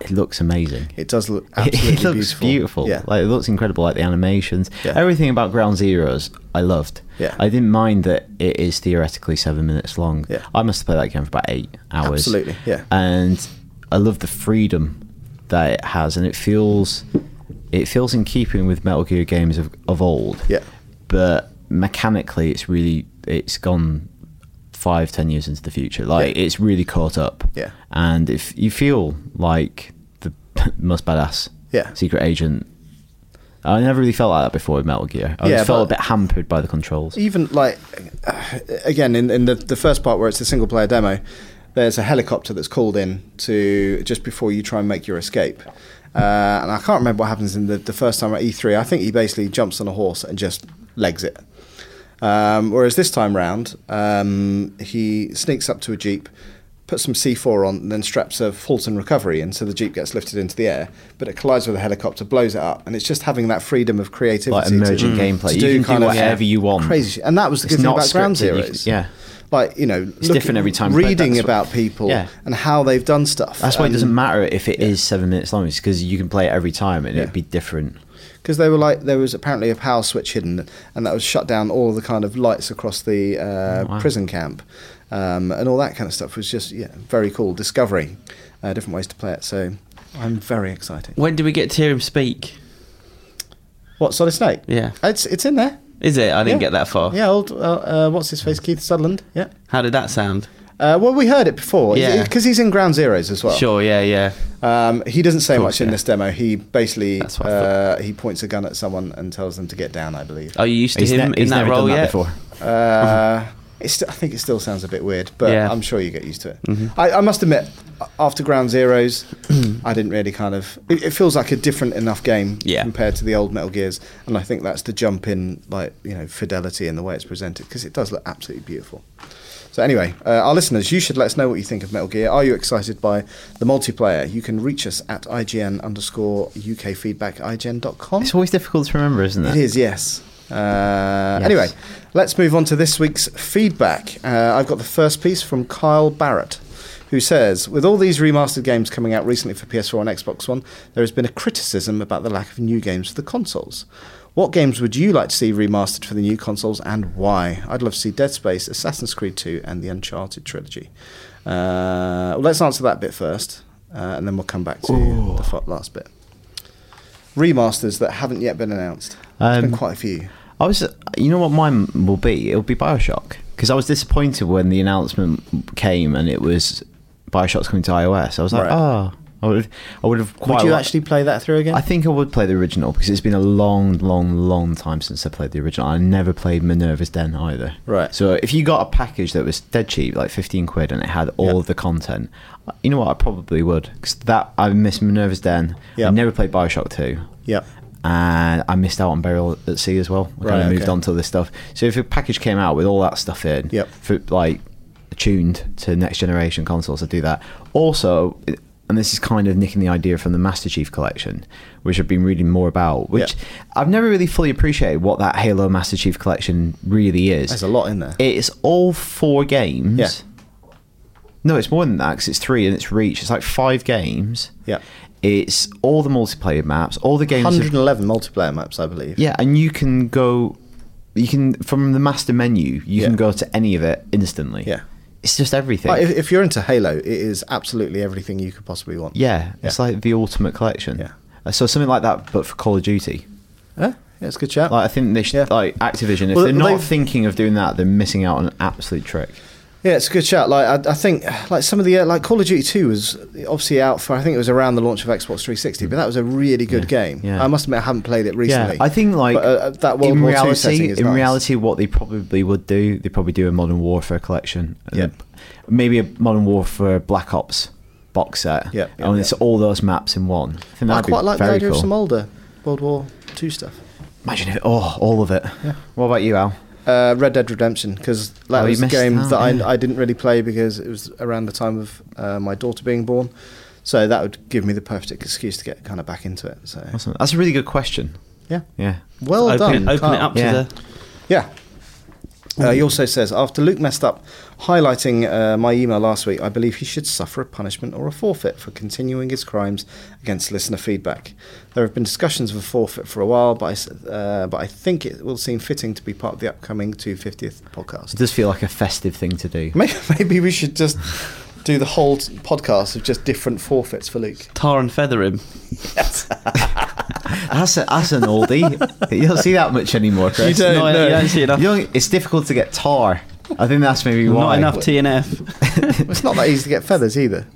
Speaker 2: It looks amazing.
Speaker 1: It does look
Speaker 2: It-
Speaker 1: absolutely
Speaker 2: it looks beautiful.
Speaker 1: Yeah,
Speaker 2: Like it looks incredible. Like the animations,
Speaker 1: Yeah.
Speaker 2: everything about Ground Zeroes, I loved.
Speaker 1: Yeah.
Speaker 2: I didn't mind that it is theoretically seven minutes long.
Speaker 1: Yeah.
Speaker 2: I must have played that game for about eight hours.
Speaker 1: Absolutely, yeah.
Speaker 2: And I love the freedom that it has, and it feels, it feels in keeping with Metal Gear games of, of old.
Speaker 1: Yeah.
Speaker 2: But mechanically, it's really it's gone five ten years into the future. Like
Speaker 1: Yeah.
Speaker 2: it's really caught up.
Speaker 1: Yeah.
Speaker 2: And if you feel like the most badass
Speaker 1: Yeah.
Speaker 2: secret agent, I never really felt like that before with Metal Gear. I
Speaker 1: Yeah,
Speaker 2: just felt a
Speaker 1: but-
Speaker 2: bit hampered by the controls.
Speaker 1: even like uh, again in, in the, the first part where it's the single player demo there's a helicopter that's called in to just before you try and make your escape uh, and i can't remember what happens in the, the first time at e3 i think he basically jumps on a horse and just legs it um, whereas this time round um, he sneaks up to a jeep puts some c4 on and then straps a fulton recovery and so the jeep gets lifted into the air but it collides with a helicopter blows it up and it's just having that freedom of creativity
Speaker 2: Like
Speaker 1: to-
Speaker 2: emergent gameplay. You can do
Speaker 1: kind of
Speaker 2: whatever you want.
Speaker 1: crazy shit. and that was the
Speaker 2: It's
Speaker 1: good thing
Speaker 2: not
Speaker 1: about Ground
Speaker 2: scripted, you
Speaker 1: Zeroes.
Speaker 2: can- yeah.
Speaker 1: like you know,
Speaker 2: It's different every time you play
Speaker 1: Reading
Speaker 2: that sort-
Speaker 1: about people
Speaker 2: Yeah.
Speaker 1: and how they've done stuff.
Speaker 2: That's why it
Speaker 1: Um,
Speaker 2: doesn't matter if it is seven minutes long. It's because you can play it every time and
Speaker 1: Yeah.
Speaker 2: it'd be different.
Speaker 1: because they were like there was apparently a power switch hidden, and that was shut down all the kind of lights across the uh,
Speaker 2: Oh, wow.
Speaker 1: prison camp, um, and all that kind of stuff was just yeah very cool discovery, uh, different ways to play it. So I'm very excited.
Speaker 3: When do we get to hear him speak?
Speaker 1: What Solid Snake?
Speaker 3: Yeah. Oh.
Speaker 1: it's it's in there.
Speaker 3: Is it? I didn't
Speaker 1: Yeah.
Speaker 3: get that far.
Speaker 1: Yeah, old uh, uh, what's his face Keith Sutherland. Yeah.
Speaker 3: How did that sound?
Speaker 1: Uh, well, we heard it before.
Speaker 3: Yeah.
Speaker 1: because he's in Ground Zeroes as well.
Speaker 3: sure. Yeah. Yeah.
Speaker 1: Um, he doesn't say
Speaker 3: Of course,
Speaker 1: much in
Speaker 3: yeah.
Speaker 1: this demo. He basically
Speaker 3: That's what I thought.
Speaker 1: uh, he points a gun at someone and tells them to get down. I believe.
Speaker 3: Are you used to
Speaker 2: He's,
Speaker 3: him
Speaker 2: ne-
Speaker 3: in
Speaker 2: he's
Speaker 3: that
Speaker 2: never
Speaker 3: role
Speaker 2: done that
Speaker 3: yet?
Speaker 2: before.
Speaker 1: Uh, it's st- I think it still sounds a bit weird, but
Speaker 3: Yeah. Mm-hmm.
Speaker 1: I'm sure you get used to it. I, I must admit, a- after Ground Zeroes, I didn't really kind of. It, it feels like a different enough game
Speaker 3: Yeah.
Speaker 1: compared to the old Metal Gears, and I think that's the jump in like you know fidelity in the way it's presented because it does look absolutely beautiful. So anyway, uh, our listeners, you should let us know what you think of Metal Gear. Are you excited by the multiplayer? You can reach us at IGN underscore UK feedback IGN.com.
Speaker 2: It's always difficult to remember, isn't
Speaker 1: It
Speaker 2: it?
Speaker 1: is, yes. Uh, Anyway, let's move on to this week's feedback. Uh, I've got the first piece from Kyle Barrett, who says With all these remastered games coming out recently for PS4 and Xbox One, there has been a criticism about the lack of new games for the consoles. What games would you like to see remastered for the new consoles and why? I'd love to see Dead Space, Assassin's Creed 2, and the Uncharted trilogy. Uh, well, let's answer that bit first, uh, and then we'll come back to the f- last bit. Remasters that haven't yet been announced. There's been
Speaker 2: Um,
Speaker 1: quite a few.
Speaker 2: I was, you know what mine will be? It'll be Bioshock because I was disappointed when the announcement came and it was Bioshock's coming to iOS. I was like,
Speaker 1: Right.
Speaker 2: oh, I would, I would have quite.
Speaker 1: Would you
Speaker 2: li-
Speaker 1: actually play that through again?
Speaker 2: I think I would play the original because it's been a long, long, long time since I played the original. I never played Minerva's Den either.
Speaker 1: Right.
Speaker 2: So if you got a package that was dead cheap, like fifteen quid, and it had all
Speaker 1: Yeah.
Speaker 2: of the content, you know what? I probably would because that I miss Minerva's Den.
Speaker 1: Yeah.
Speaker 2: I never played Bioshock two
Speaker 1: yeah.
Speaker 2: and I missed out on Burial at Sea as well. I kind
Speaker 1: Right,
Speaker 2: of moved
Speaker 1: okay.
Speaker 2: on to this stuff. So if a package came out with all that stuff in,
Speaker 1: Yep.
Speaker 2: for like tuned to next generation consoles, I'd do that. Also, it- and this is kind of nicking the idea from the Master Chief Collection, which I've been reading more about. Which
Speaker 1: Yeah.
Speaker 2: I've never really fully appreciated what that Halo Master Chief Collection really is.
Speaker 1: There's a lot in there.
Speaker 2: It's all four games.
Speaker 1: Yeah.
Speaker 2: No, it's more than that because it's three and it's Reach. It's like five games.
Speaker 1: Yeah.
Speaker 2: It's all the multiplayer maps, all the games. have-
Speaker 1: 111 multiplayer maps, I believe.
Speaker 2: yeah, and you can go, you can from the master menu, you
Speaker 1: Yeah.
Speaker 2: can go to any of it instantly.
Speaker 1: Yeah.
Speaker 2: it's just everything.
Speaker 1: Like, if, if you're into Halo, it is absolutely everything you could possibly want.
Speaker 2: yeah, it's
Speaker 1: Yeah.
Speaker 2: like the ultimate collection.
Speaker 1: Yeah.
Speaker 2: Uh, So something like that, but for Call of Duty.
Speaker 1: Huh? Yeah, it's a good shout.
Speaker 2: Like I think they should
Speaker 1: Yeah.
Speaker 2: like Activision. If
Speaker 1: Well,
Speaker 2: they're not
Speaker 1: they've-
Speaker 2: thinking of doing that, they're missing out on an absolute trick.
Speaker 1: Yeah, it's a good shout. Like I, I think, like some of the uh, like Call of Duty Two was obviously out for. I think it was around the launch of Xbox 360, but that was a really good game.
Speaker 2: yeah.
Speaker 1: I must admit, I haven't played it recently.
Speaker 2: I think like
Speaker 1: But, uh, that World
Speaker 2: in
Speaker 1: War II
Speaker 2: reality,
Speaker 1: setting is
Speaker 2: in
Speaker 1: nice.
Speaker 2: reality, what they probably would do, they probably do a Modern Warfare collection. And
Speaker 1: Yeah.
Speaker 2: then maybe a Modern Warfare Black Ops box set.
Speaker 1: Yeah, yeah,
Speaker 2: and it's
Speaker 1: yeah.
Speaker 2: all those maps in one. I think
Speaker 1: I
Speaker 2: that'd
Speaker 1: quite
Speaker 2: be
Speaker 1: like the
Speaker 2: very
Speaker 1: idea
Speaker 2: cool.
Speaker 1: of some older World War Two stuff.
Speaker 2: Imagine if oh, all of it. What about you, Al?
Speaker 1: Uh, Red Dead Redemption because that
Speaker 2: Oh, you
Speaker 1: was a
Speaker 2: missed
Speaker 1: game
Speaker 2: out,
Speaker 1: that
Speaker 2: yeah.
Speaker 1: I, I didn't really play because it was around the time of uh, my daughter being born, so that would give me the perfect excuse to get kind of back into it. So
Speaker 2: Awesome. That's a really good question.
Speaker 1: yeah,
Speaker 2: Yeah.
Speaker 1: well
Speaker 3: open
Speaker 1: done.
Speaker 3: it, open it
Speaker 1: Carl.
Speaker 3: up to
Speaker 2: Yeah.
Speaker 3: the.
Speaker 1: Yeah. Uh, he also says, after Luke messed up highlighting uh, my email last week, I believe he should suffer a punishment or a forfeit for continuing his crimes against listener feedback. There have been discussions of a forfeit for a while, but I, s- uh, but I think it will seem fitting to be part of the upcoming 250th
Speaker 2: It
Speaker 1: podcast.
Speaker 2: does feel like a festive thing to do.
Speaker 1: Maybe, maybe we should just do the whole t- podcast of just different forfeits for Luke.
Speaker 3: Tar and feather him.
Speaker 2: That's, a, that's an oldie. you don't see that much anymore, Chris.
Speaker 1: don't,
Speaker 3: Not-
Speaker 1: no.
Speaker 3: You don't see enough.
Speaker 2: You don't- it's difficult to get tar. I think that's maybe why.
Speaker 3: Not enough TNF.
Speaker 1: It's not that easy to get feathers either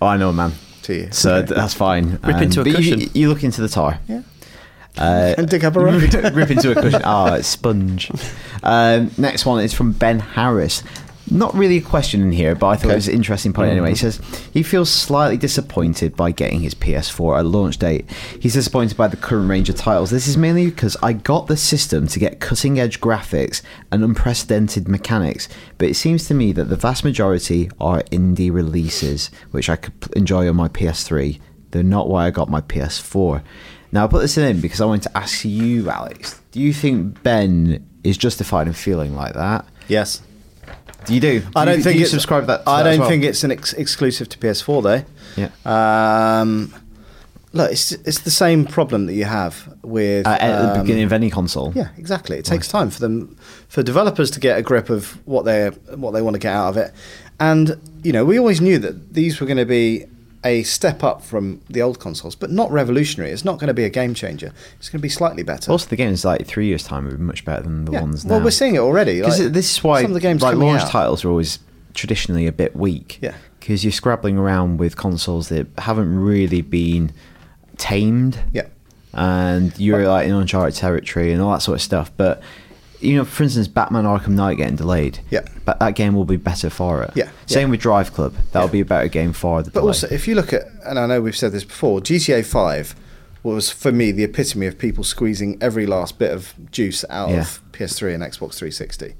Speaker 2: Oh, I know, man.
Speaker 1: to you.
Speaker 2: So th- that's fine. Um,
Speaker 3: Rip into a
Speaker 2: but you-
Speaker 3: cushion.
Speaker 2: You, look into the tar.
Speaker 1: Yeah.
Speaker 2: Uh,
Speaker 1: And dig up a road.
Speaker 2: rip into a cushion. Oh, it's sponge. Um, next one is from Ben Harris. Not really a question in here, but I thought
Speaker 1: Okay. Mm-hmm.
Speaker 2: it was an interesting point anyway. He says he feels slightly disappointed by getting his PS4 at launch date. He's disappointed by the current range of titles. This is mainly because I got the system to get cutting edge graphics and unprecedented mechanics, but it seems to me that the vast majority are indie releases, which I could p- enjoy on my PS3. They're not why I got my PS4. Now I put this in because I wanted to ask you, Alex. Do you think Ben is justified in feeling like that?
Speaker 1: Yes.
Speaker 2: Do you do?
Speaker 1: I
Speaker 2: Do
Speaker 1: don't
Speaker 2: you,
Speaker 1: think
Speaker 2: do you
Speaker 1: it's,
Speaker 2: subscribe that. to
Speaker 1: I
Speaker 2: that as
Speaker 1: don't
Speaker 2: well?
Speaker 1: think it's an ex- exclusive to PS4
Speaker 2: Yeah.
Speaker 1: though. Um, look, it's it's the same problem that you have with
Speaker 2: Uh, at the
Speaker 1: um,
Speaker 2: beginning of any console.
Speaker 1: Yeah, exactly. It takes time for them for developers to get a grip of what they what they want to get out of it, and you know we always knew that these were going to be a step up from the old consoles, but not revolutionary. It's not going to be a game changer. It's going to be slightly better.
Speaker 2: Also, the games like three years time would be much better than the
Speaker 1: Yeah.
Speaker 2: ones now.
Speaker 1: well, we're seeing it already.
Speaker 2: Because
Speaker 1: like,
Speaker 2: this is why
Speaker 1: some of the games
Speaker 2: like
Speaker 1: coming
Speaker 2: launch
Speaker 1: out-
Speaker 2: titles are always traditionally a bit weak.
Speaker 1: Yeah.
Speaker 2: Because you're scrabbling around with consoles that haven't really been tamed.
Speaker 1: Yeah.
Speaker 2: And you're like in uncharted territory and all that sort of stuff. But you know, for instance, Batman Arkham Knight getting delayed.
Speaker 1: Yeah.
Speaker 2: But that game will be better for it.
Speaker 1: Yeah,
Speaker 2: Same
Speaker 1: yeah.
Speaker 2: with Drive Club. That'll
Speaker 1: Yeah.
Speaker 2: be a better game for the
Speaker 1: But
Speaker 2: delay.
Speaker 1: also, if you look at, and I know we've said this before, GTA 5 was for me the epitome of people squeezing every last bit of juice out
Speaker 2: Yeah.
Speaker 1: of PS3 and Xbox 360.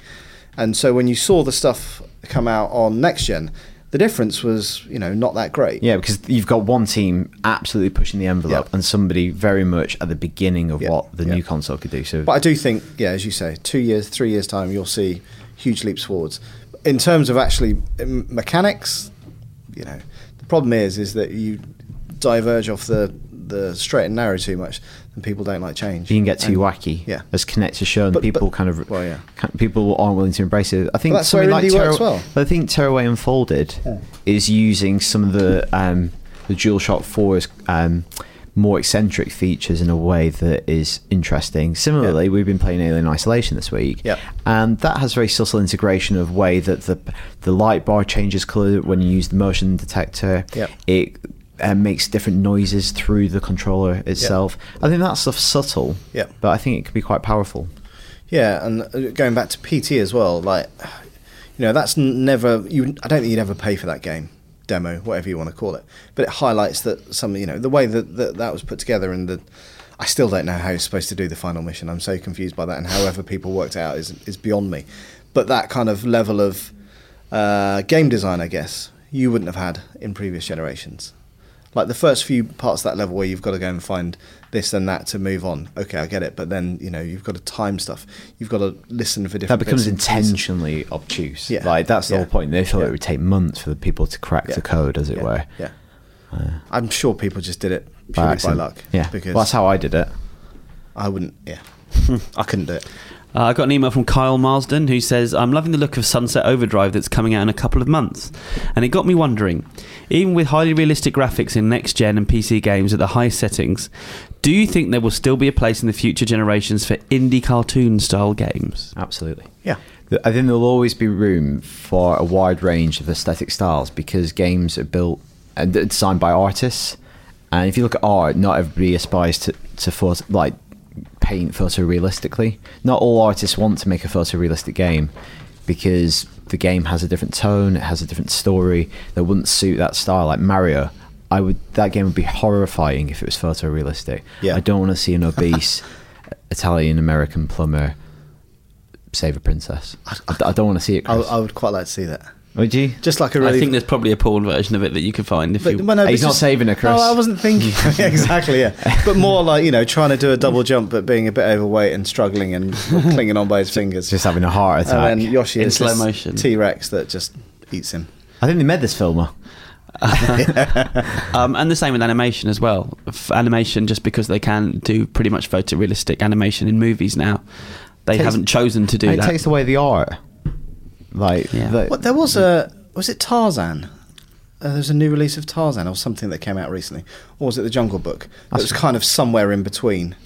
Speaker 1: And so when you saw the stuff come out on next gen, the difference was, you know, not that great.
Speaker 2: Yeah, because you've got one team absolutely pushing the envelope
Speaker 1: Yeah.
Speaker 2: and somebody very much at the beginning of
Speaker 1: Yeah,
Speaker 2: what the
Speaker 1: yeah.
Speaker 2: new console could do. So
Speaker 1: But I do think, yeah, as you say, two years, three years time, you'll see huge leaps forwards. In terms of actually um, mechanics, you know, the problem is is that you diverge off the the straight and narrow too much, and people don't like change.
Speaker 2: you can get too
Speaker 1: And-
Speaker 2: wacky.
Speaker 1: yeah.
Speaker 2: As Kinect has shown,
Speaker 1: But- but-
Speaker 2: people kind of
Speaker 1: well, yeah.
Speaker 2: kind- people aren't willing to embrace it. I think
Speaker 1: But that's
Speaker 2: something
Speaker 1: where
Speaker 2: like
Speaker 1: indie
Speaker 2: Terra-
Speaker 1: works well.
Speaker 2: I think Tearaway Unfolded is using some of the um, the DualShock 4's um, more eccentric features in a way that is interesting. Similarly, we've been playing Alien Isolation this week,
Speaker 1: Yep.
Speaker 2: and that has very subtle integration of way that the the light bar changes color when you use the motion detector.
Speaker 1: Yep.
Speaker 2: It uh, makes different noises through the controller itself. I think that stuff's subtle,
Speaker 1: Yep.
Speaker 2: but I think it could be quite powerful.
Speaker 1: Yeah, and uh, going back to PT as well, like you know, that's n- never you. I don't think you'd ever pay for that game demo, whatever you want to call it. But it highlights that some, you know, the way that that, that was put together and the. I still don't know how you're supposed to do the final mission. I'm so confused by that, and however people worked it out is is beyond me. But that kind of level of uh, game design, I guess, you wouldn't have had in previous generations. Like the first few parts of that level where you've got to go and find this and that to move on. Okay, I get it. But then, you know, you've got to time stuff. You've got to listen for
Speaker 2: That
Speaker 1: different
Speaker 2: becomes
Speaker 1: bits and pieces.
Speaker 2: intentionally obtuse.
Speaker 1: Yeah.
Speaker 2: Like that's the
Speaker 1: Yeah.
Speaker 2: whole point. They thought
Speaker 1: Yeah.
Speaker 2: it would take months for the people to crack
Speaker 1: Yeah.
Speaker 2: the code, as it
Speaker 1: yeah.
Speaker 2: were.
Speaker 1: Yeah. I'm sure people just did it
Speaker 2: Uh, By
Speaker 1: purely by,
Speaker 2: accident.
Speaker 1: luck.
Speaker 2: Yeah.
Speaker 1: Because
Speaker 2: Well, that's how I did it.
Speaker 1: I wouldn't, yeah. I couldn't do it.
Speaker 3: Uh, I got an email from Kyle Marsden who says, I'm loving the look of Sunset Overdrive that's coming out in a couple of months. And it got me wondering, even with highly realistic graphics in next gen and PC games at the highest settings, do you think there will still be a place in the future generations for indie cartoon style games?
Speaker 2: Absolutely.
Speaker 1: Yeah.
Speaker 2: Th- I think there'll always be room for a wide range of aesthetic styles because games are built and they're designed by artists. And if you look at art, not everybody aspires to, to photo, like paint photorealistically. Not all artists want to make a photorealistic game because the game has a different tone, it has a different story that wouldn't suit that style. Like Mario, I would that game would be horrifying if it was photorealistic.
Speaker 1: Yeah.
Speaker 2: I don't want to see an obese Italian American plumber save a princess. I, I don't want to see it.
Speaker 1: I,
Speaker 2: Chris.
Speaker 1: I would quite like to see that.
Speaker 2: would you?
Speaker 1: Just like a really.
Speaker 3: I think there's probably a porn version of it that you could find if
Speaker 1: But-
Speaker 3: you.
Speaker 1: well, no,
Speaker 2: He's
Speaker 1: this
Speaker 2: not
Speaker 1: is-
Speaker 2: saving it, Chris.
Speaker 1: No, I wasn't thinking Yeah, exactly. Yeah, but more like you know, trying to do a double jump, but being a bit overweight and struggling and clinging on by his fingers.
Speaker 2: Just having a heart attack.
Speaker 1: and then Yoshi
Speaker 3: In
Speaker 1: is
Speaker 3: slow motion.
Speaker 1: T Rex that just eats him.
Speaker 2: I think they made this filmer.
Speaker 3: Um, and the same with animation as well. F- animation, just because they can do pretty much photorealistic animation in movies now, they
Speaker 2: Takes-
Speaker 3: haven't chosen to do
Speaker 2: it
Speaker 3: that.
Speaker 2: takes away the art. Like
Speaker 3: Yeah.
Speaker 2: the-
Speaker 1: What there was a was it Tarzan? Uh, there was a new release of Tarzan or something that came out recently, or was it the Jungle Book? That was kind of somewhere in between.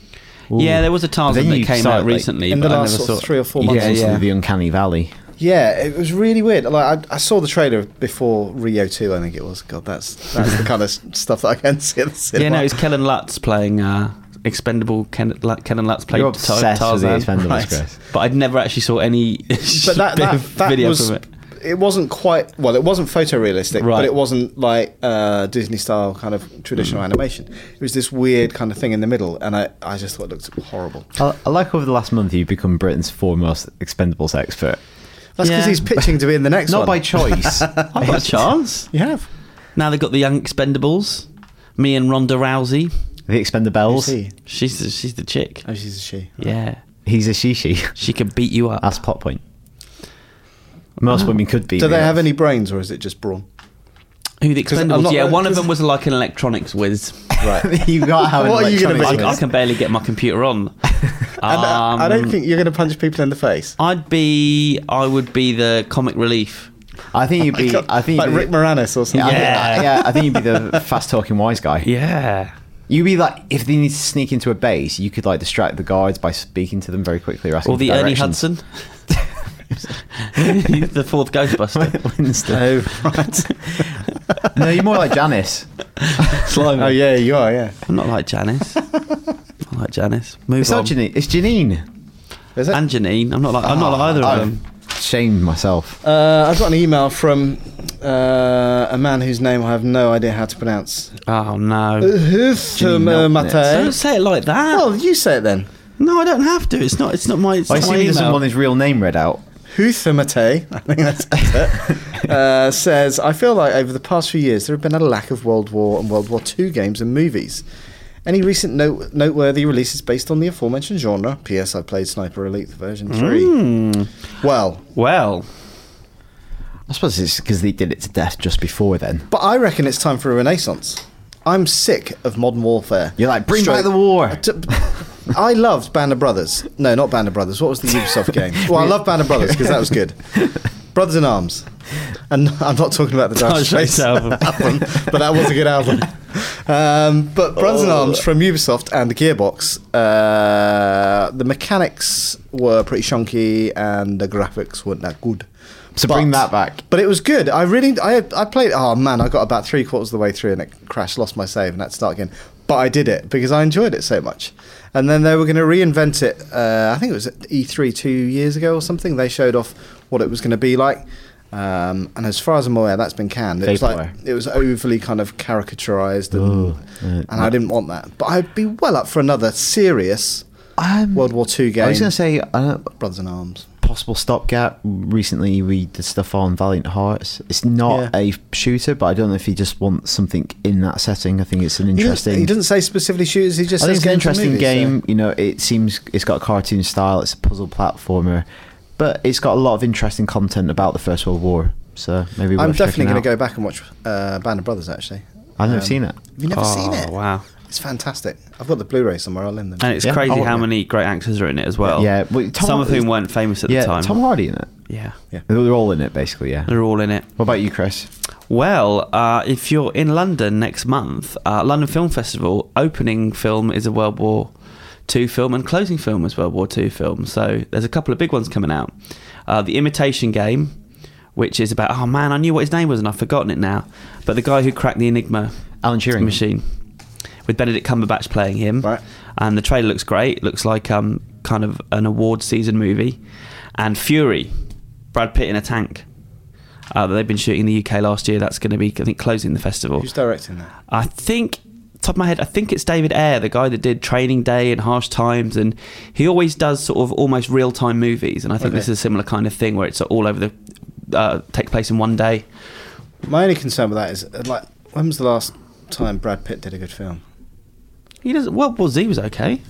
Speaker 3: Yeah, there was a Tarzan
Speaker 2: Then
Speaker 3: that
Speaker 2: you
Speaker 3: came
Speaker 2: start,
Speaker 3: out
Speaker 2: like,
Speaker 3: recently,
Speaker 1: in
Speaker 3: but
Speaker 1: the
Speaker 3: I
Speaker 1: last
Speaker 3: never
Speaker 1: sort of
Speaker 3: saw it.
Speaker 1: three or four
Speaker 2: you
Speaker 1: months.
Speaker 2: get
Speaker 1: or
Speaker 2: into
Speaker 1: so.
Speaker 3: yeah.
Speaker 2: the uncanny valley.
Speaker 1: Yeah, it was really weird. Like I, I saw the trailer before Rio Two, I think it was. God, that's that's the kind of s- stuff that I can see at the cinema.
Speaker 3: Yeah, no, it's Kellen Lutz playing uh, Expendable. Ken, L- Kellen Lutz played
Speaker 2: You're
Speaker 3: Tar-
Speaker 2: obsessed with the
Speaker 3: Tarzan,
Speaker 2: Expendables,
Speaker 1: right.
Speaker 2: Chris.
Speaker 3: but I'd never actually saw any
Speaker 1: but that,
Speaker 3: bit
Speaker 1: that,
Speaker 3: of
Speaker 1: that
Speaker 3: video
Speaker 1: was
Speaker 3: from
Speaker 1: it.
Speaker 3: it.
Speaker 1: wasn't quite well. It wasn't photorealistic,
Speaker 3: Right.
Speaker 1: but it wasn't like uh, Disney style kind of
Speaker 2: Mm.
Speaker 1: traditional animation. It was this weird kind of thing in the middle, and I, I just thought it looked horrible.
Speaker 2: I, I like over the last month you've become Britain's foremost Expendables expert.
Speaker 1: That's because
Speaker 3: Yeah.
Speaker 1: he's pitching to be in the next
Speaker 2: Not
Speaker 1: one.
Speaker 2: by choice.
Speaker 3: I've got a chance.
Speaker 1: you have.
Speaker 3: Now they've got the young Expendables. Me and Ronda Rousey.
Speaker 2: the
Speaker 1: Who's
Speaker 2: Expendables.
Speaker 1: he?
Speaker 3: She's the, she's the chick.
Speaker 1: Oh, she's a she.
Speaker 3: Yeah,
Speaker 2: He's a shishi.
Speaker 3: she could beat you up.
Speaker 2: That's plot point. Most women could be.
Speaker 1: Do they have any brains, or is it just brawn?
Speaker 3: Who the
Speaker 1: 'Cause I'm
Speaker 3: Expendables?
Speaker 1: not-
Speaker 3: yeah, one of
Speaker 1: 'cause-
Speaker 3: them was like an electronics whiz.
Speaker 1: Right.
Speaker 2: you got how?
Speaker 1: What are you gonna
Speaker 3: I,
Speaker 1: be?
Speaker 3: I can barely get my computer on.
Speaker 1: And uh, I- I
Speaker 3: Um,
Speaker 1: don't think you're going to punch people in the face.
Speaker 3: I'd be. I would be the comic relief.
Speaker 2: I think you'd be.
Speaker 1: Oh God,
Speaker 2: I think.
Speaker 1: like
Speaker 2: you'd be-
Speaker 1: Rick Moranis or something.
Speaker 2: Yeah, I
Speaker 3: Yeah.
Speaker 2: think, uh, yeah, I think you'd be the fast talking wise guy.
Speaker 3: Yeah.
Speaker 2: You'd be like, if they need to sneak into a base, you could like distract the guards by speaking to them very quickly or asking
Speaker 3: Or the
Speaker 2: for
Speaker 3: Ernie
Speaker 2: directions.
Speaker 3: Hudson. He's the fourth Ghostbuster. Oh,
Speaker 2: Winston. no, you're more like Janice.
Speaker 3: Slime.
Speaker 1: Oh yeah, you are. Yeah.
Speaker 3: I'm not like Janice. I like Janice. Move
Speaker 2: It's
Speaker 3: on.
Speaker 2: not Janine. It's Janine.
Speaker 1: Is it?
Speaker 3: And Janine. I'm not like. I'm not like either
Speaker 2: Oh,
Speaker 3: of them.
Speaker 2: Shamed myself.
Speaker 1: Uh, I've got an email from uh, a man whose name I have no idea how to pronounce.
Speaker 3: Oh no.
Speaker 1: Huthum
Speaker 2: Melnick.
Speaker 3: Don't
Speaker 1: Mate.
Speaker 3: say it like that.
Speaker 1: Well, you say it then.
Speaker 3: no, I don't have to. It's not. It's not my. It's
Speaker 2: I
Speaker 3: not my
Speaker 2: assume
Speaker 3: email.
Speaker 2: there's someone his real name read out.
Speaker 1: Huthumate, I think that's it, uh, says, I feel like over the past few years there have been a lack of World War and World War II games and movies. Any recent note- noteworthy releases based on the aforementioned genre? P.S. I played Sniper Elite version 3. Well,
Speaker 3: Well,
Speaker 2: I suppose it's because they did it to death just before then.
Speaker 1: But I reckon it's time for a renaissance. I'm sick of modern warfare.
Speaker 2: You're like, bring back the war.
Speaker 1: I t- I loved Band of Brothers. No, not Band of Brothers. What was the Ubisoft game? Well, I love Band of Brothers because that was good. Brothers in Arms. And I'm not talking about the Dire
Speaker 3: Dire Straits
Speaker 1: Straits album,
Speaker 3: album.
Speaker 1: but that was a good album. Um, but Brothers
Speaker 2: Oh.
Speaker 1: in Arms from Ubisoft and the Gearbox, uh, the mechanics were pretty shonky and the graphics weren't that good.
Speaker 2: So bring that back.
Speaker 1: But it was good. I really, I, I played. Oh man, I got about three quarters of the way through and it crashed, lost my save, and had to start again. But I did it because I enjoyed it so much. And then they were going to reinvent it. Uh, I think it was at E3 two years ago or something. They showed off what it was going to be like. Um, and as far as I'm aware, that's been canned. It was like
Speaker 2: Vaporware.
Speaker 1: it was overly kind of caricaturized, and, and I didn't want that. But I'd be well up for another serious
Speaker 2: Um,
Speaker 1: World War II game.
Speaker 2: I was going to say, uh,
Speaker 1: Brothers in Arms.
Speaker 2: possible stopgap. Recently, we did stuff on Valiant Hearts. It's not
Speaker 1: Yeah.
Speaker 2: a shooter, but I don't know if he just wants something in that setting. I think it's an
Speaker 1: He didn't-
Speaker 2: interesting.
Speaker 1: He doesn't say specifically shooters. He just
Speaker 2: I think
Speaker 1: says
Speaker 2: it's an
Speaker 1: games and
Speaker 2: interesting
Speaker 1: movies, so-
Speaker 2: game. You know, it seems it's got a cartoon style. It's a puzzle platformer, but it's got a lot of interesting content about the First World War. So maybe
Speaker 1: I'm
Speaker 2: worth
Speaker 1: definitely
Speaker 2: checking
Speaker 1: going
Speaker 2: out.
Speaker 1: to go back and watch uh, Band of Brothers. Actually,
Speaker 2: I've never seen it.
Speaker 1: Have you never seen it?
Speaker 3: Oh, Wow.
Speaker 1: It's fantastic. I've got the Blu-ray somewhere. I'll lend them.
Speaker 3: And it's
Speaker 2: Yeah, I
Speaker 3: crazy
Speaker 2: want
Speaker 3: how
Speaker 2: it.
Speaker 3: many great actors are in it as well.
Speaker 2: Yeah, well, Tom-
Speaker 3: some of whom weren't famous at
Speaker 2: yeah,
Speaker 3: the time.
Speaker 2: Tom Hardy in it.
Speaker 3: yeah,
Speaker 1: Yeah.
Speaker 2: They're all in it, basically. Yeah.
Speaker 3: they're all in it.
Speaker 2: What about you, Chris?
Speaker 3: Well, uh, if you're in London next month, uh, London Film Festival opening film is a World War II film, and closing film is World War II film. So there's a couple of big ones coming out. Uh, the Imitation Game, which is about oh man, I knew what his name was and I've forgotten it now. But the guy who cracked the Enigma
Speaker 2: Alan Turing.
Speaker 3: machine with Benedict Cumberbatch playing him,
Speaker 1: Right.
Speaker 3: and the trailer looks great. Looks like um kind of an award season movie, and Fury, Brad Pitt in a tank. Uh, that they've been shooting in the UK last year. That's going to be, I think, closing the festival.
Speaker 1: Who's directing that?
Speaker 3: I think top of my head, I think it's David Ayer, the guy that did Training Day and Harsh Times, and he always does sort of almost real time movies. And I think
Speaker 1: Okay.
Speaker 3: this is a similar kind of thing where it's all over the uh, take place in one day.
Speaker 1: My only concern with that is uh, like, when was the last time Brad Pitt did a good film?
Speaker 3: He doesn't. World War Z was okay.